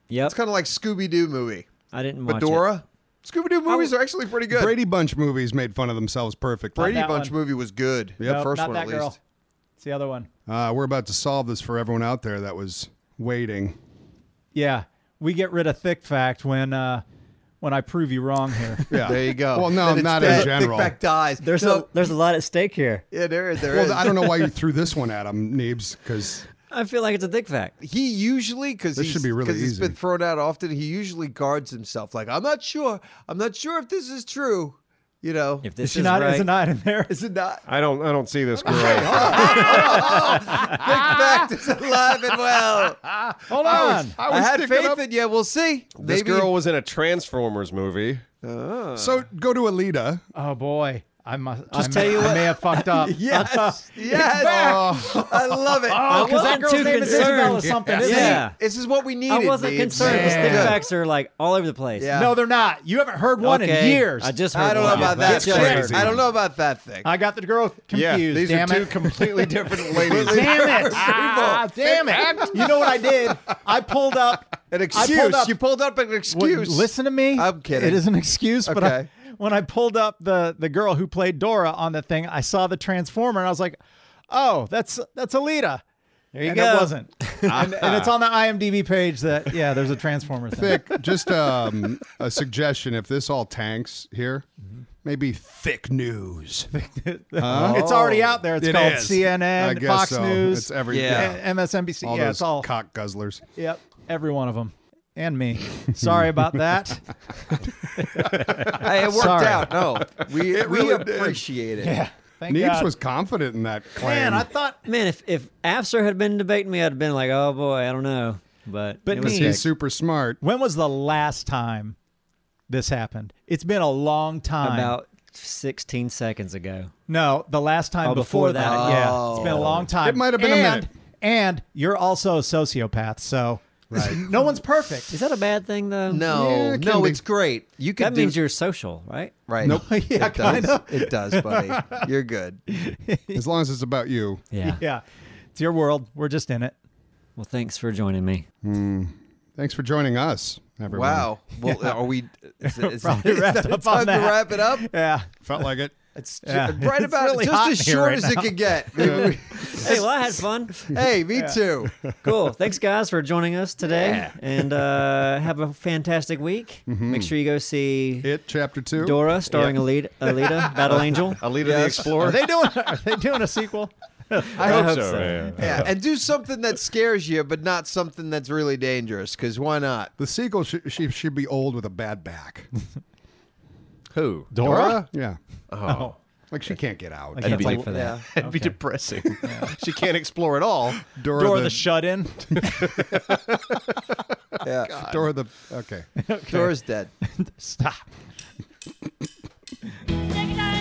Speaker 4: Yep.
Speaker 3: It's kind of like Scooby Doo movie,
Speaker 4: I didn't watch
Speaker 3: but
Speaker 4: it.
Speaker 3: Dora. Scooby Doo movies are actually pretty good.
Speaker 1: Brady Bunch movies made fun of themselves perfectly.
Speaker 3: Brady
Speaker 5: that
Speaker 3: Bunch
Speaker 5: one.
Speaker 3: movie was good.
Speaker 5: Nope,
Speaker 3: The first
Speaker 5: not
Speaker 3: one
Speaker 5: that
Speaker 3: at least.
Speaker 5: girl. It's the other one.
Speaker 1: Uh, we're about to solve this for everyone out there that was waiting.
Speaker 5: Yeah, we get rid of thick fact when uh, when I prove you wrong here.
Speaker 1: Yeah.
Speaker 3: There you go.
Speaker 1: Well, no,
Speaker 3: Then it's
Speaker 1: not
Speaker 3: dead.
Speaker 1: in general.
Speaker 3: Big Mac dies.
Speaker 4: There's a
Speaker 3: no,
Speaker 4: there's a lot at stake here.
Speaker 3: yeah, there, there
Speaker 1: Well,
Speaker 3: is.
Speaker 1: I don't know why you threw this one at him, Neebs, because
Speaker 4: I feel like it's a thick fact.
Speaker 3: He usually because
Speaker 1: This should be really
Speaker 3: he's
Speaker 1: easy.
Speaker 3: been thrown out often. He usually guards himself. Like I'm not sure. I'm not sure if this is true. You know,
Speaker 4: If
Speaker 5: Is
Speaker 4: this
Speaker 5: she
Speaker 4: is
Speaker 5: not?
Speaker 4: right,
Speaker 5: Is it not in there?
Speaker 3: is it not?
Speaker 2: I don't. I don't see this girl.
Speaker 3: Big fact is alive and well.
Speaker 5: Hold on.
Speaker 1: I
Speaker 3: I
Speaker 1: was
Speaker 3: had
Speaker 1: sticking
Speaker 3: faith
Speaker 1: up-
Speaker 3: in you. We'll see.
Speaker 2: this
Speaker 3: Maybe
Speaker 2: girl was in a Transformers movie.
Speaker 3: Uh.
Speaker 1: So go to Alita.
Speaker 5: Oh boy, I must.
Speaker 4: Just
Speaker 5: I
Speaker 4: tell
Speaker 5: may,
Speaker 4: you
Speaker 5: I
Speaker 4: what-
Speaker 5: may have fucked up.
Speaker 3: Yes, yes. I love it.
Speaker 5: Oh,
Speaker 4: I
Speaker 5: because
Speaker 4: wasn't
Speaker 5: that girl's
Speaker 4: too
Speaker 5: name is Isabel or
Speaker 4: concerned.
Speaker 5: something.
Speaker 4: Yeah.
Speaker 5: Isn't
Speaker 4: Yeah.
Speaker 3: This is what we needed.
Speaker 4: I wasn't
Speaker 3: Biebs.
Speaker 4: concerned because thick
Speaker 5: Yeah.
Speaker 4: facts are like all over the place.
Speaker 5: it?
Speaker 3: Yeah.
Speaker 5: No, they're not. You haven't heard one
Speaker 4: Okay,
Speaker 5: in years.
Speaker 4: I just heard
Speaker 3: I don't know
Speaker 4: one.
Speaker 3: about that.
Speaker 1: That's
Speaker 3: Thick.
Speaker 1: crazy.
Speaker 3: I don't know about that thing.
Speaker 5: I got the girl confused.
Speaker 2: Yeah, these
Speaker 5: damn
Speaker 2: are
Speaker 5: it.
Speaker 2: two completely different ladies.
Speaker 5: Damn it! ah, damn it! You know what I did? I pulled up
Speaker 3: An
Speaker 5: I
Speaker 3: excuse.
Speaker 5: pulled up
Speaker 3: you pulled up an
Speaker 5: Well,
Speaker 3: excuse.
Speaker 5: listen to me.
Speaker 3: I'm kidding.
Speaker 5: It is an excuse, but I-
Speaker 3: Okay.
Speaker 5: when I pulled up the the girl who played Dora on the thing, I saw the Transformer and I was like, "Oh, that's that's Alita." There you and
Speaker 4: go.
Speaker 5: It wasn't, and, and it's on the IMDb page that yeah, there's a Transformer thing.
Speaker 1: Thick, just um, a suggestion. If this all tanks here, maybe thick news.
Speaker 5: It's already out there. It's
Speaker 1: It
Speaker 5: called
Speaker 1: is. I
Speaker 5: CNN,
Speaker 1: guess
Speaker 5: Fox
Speaker 1: so.
Speaker 5: News,
Speaker 1: It's every
Speaker 3: Yeah.
Speaker 1: yeah.
Speaker 5: MSNBC.
Speaker 1: All
Speaker 5: yeah,
Speaker 1: those
Speaker 5: it's all.
Speaker 1: cock guzzlers.
Speaker 5: yep. Every one of them. And me. Sorry about that.
Speaker 3: Hey, it worked
Speaker 5: Sorry.
Speaker 3: out. No, we we
Speaker 1: really did.
Speaker 3: appreciate it.
Speaker 5: Thank
Speaker 1: Neebs
Speaker 5: God.
Speaker 1: was confident in that claim.
Speaker 5: Man, I thought
Speaker 4: Man, if if Apser had been debating me, I'd have been like, oh boy, I don't know. But
Speaker 5: But
Speaker 4: it was
Speaker 5: me-
Speaker 4: fake.
Speaker 1: He's super smart.
Speaker 5: when was the last time this happened? It's been a long time.
Speaker 4: about 16 seconds ago.
Speaker 5: no, the last time
Speaker 4: Oh,
Speaker 5: before,
Speaker 4: before
Speaker 5: that.
Speaker 4: that. Oh.
Speaker 5: Yeah, it's been a long time.
Speaker 1: It might have been a
Speaker 5: And-
Speaker 1: minute.
Speaker 5: And you're also a sociopath, so no one's perfect.
Speaker 4: Is that a bad thing though?
Speaker 1: Yeah,
Speaker 3: No,
Speaker 1: it can
Speaker 3: no,
Speaker 1: be.
Speaker 3: it's great. You can
Speaker 4: That
Speaker 3: do
Speaker 4: means you're social, right?
Speaker 3: right.
Speaker 5: Yeah,
Speaker 3: it does.
Speaker 5: kinda.
Speaker 3: It does, buddy. You're good.
Speaker 1: As long as it's about you.
Speaker 4: Yeah.
Speaker 5: Yeah, it's your world. We're just in it.
Speaker 4: Well, thanks for joining me.
Speaker 1: Thanks for joining us, everyone.
Speaker 3: Wow. Well, are we? Is, it- is,
Speaker 5: Probably
Speaker 3: is
Speaker 5: wrapped
Speaker 3: that
Speaker 5: up
Speaker 3: time
Speaker 5: on
Speaker 3: to
Speaker 5: that.
Speaker 3: wrap it up?
Speaker 5: Yeah.
Speaker 1: Felt like it.
Speaker 3: It's ju-
Speaker 5: Yeah.
Speaker 3: right
Speaker 5: It's
Speaker 3: about
Speaker 5: really
Speaker 3: just
Speaker 5: hot
Speaker 3: as
Speaker 5: in here
Speaker 3: short
Speaker 5: right
Speaker 3: as it
Speaker 5: now.
Speaker 3: could get. hey,
Speaker 4: Hey, well, I had fun.
Speaker 3: me too.
Speaker 4: Cool. Thanks, guys, for joining us today. And uh, have a fantastic week. Make sure you go see
Speaker 1: It, chapter two.
Speaker 4: Dora, starring Alita, Alita Battle Angel.
Speaker 2: Alita the
Speaker 3: Yes.
Speaker 5: Are
Speaker 2: Explorer. Oh,
Speaker 5: they doing? Are they doing a sequel?
Speaker 4: I, hope, so.
Speaker 3: Yeah, and do something that scares you, but not something that's really dangerous. Because why not?
Speaker 1: The sequel sh- she should be old with a bad back.
Speaker 2: Who?
Speaker 1: Dora? Yeah.
Speaker 5: Oh,
Speaker 1: Like she can't get out.
Speaker 4: Can't wait for that.
Speaker 3: Yeah.
Speaker 2: That'd be depressing. she can't explore at all.
Speaker 1: Dora,
Speaker 5: Door
Speaker 1: the,
Speaker 5: the shut-in.
Speaker 3: yeah.
Speaker 1: Dora the okay.
Speaker 3: Dora's dead.
Speaker 5: Stop.
Speaker 7: Take it out.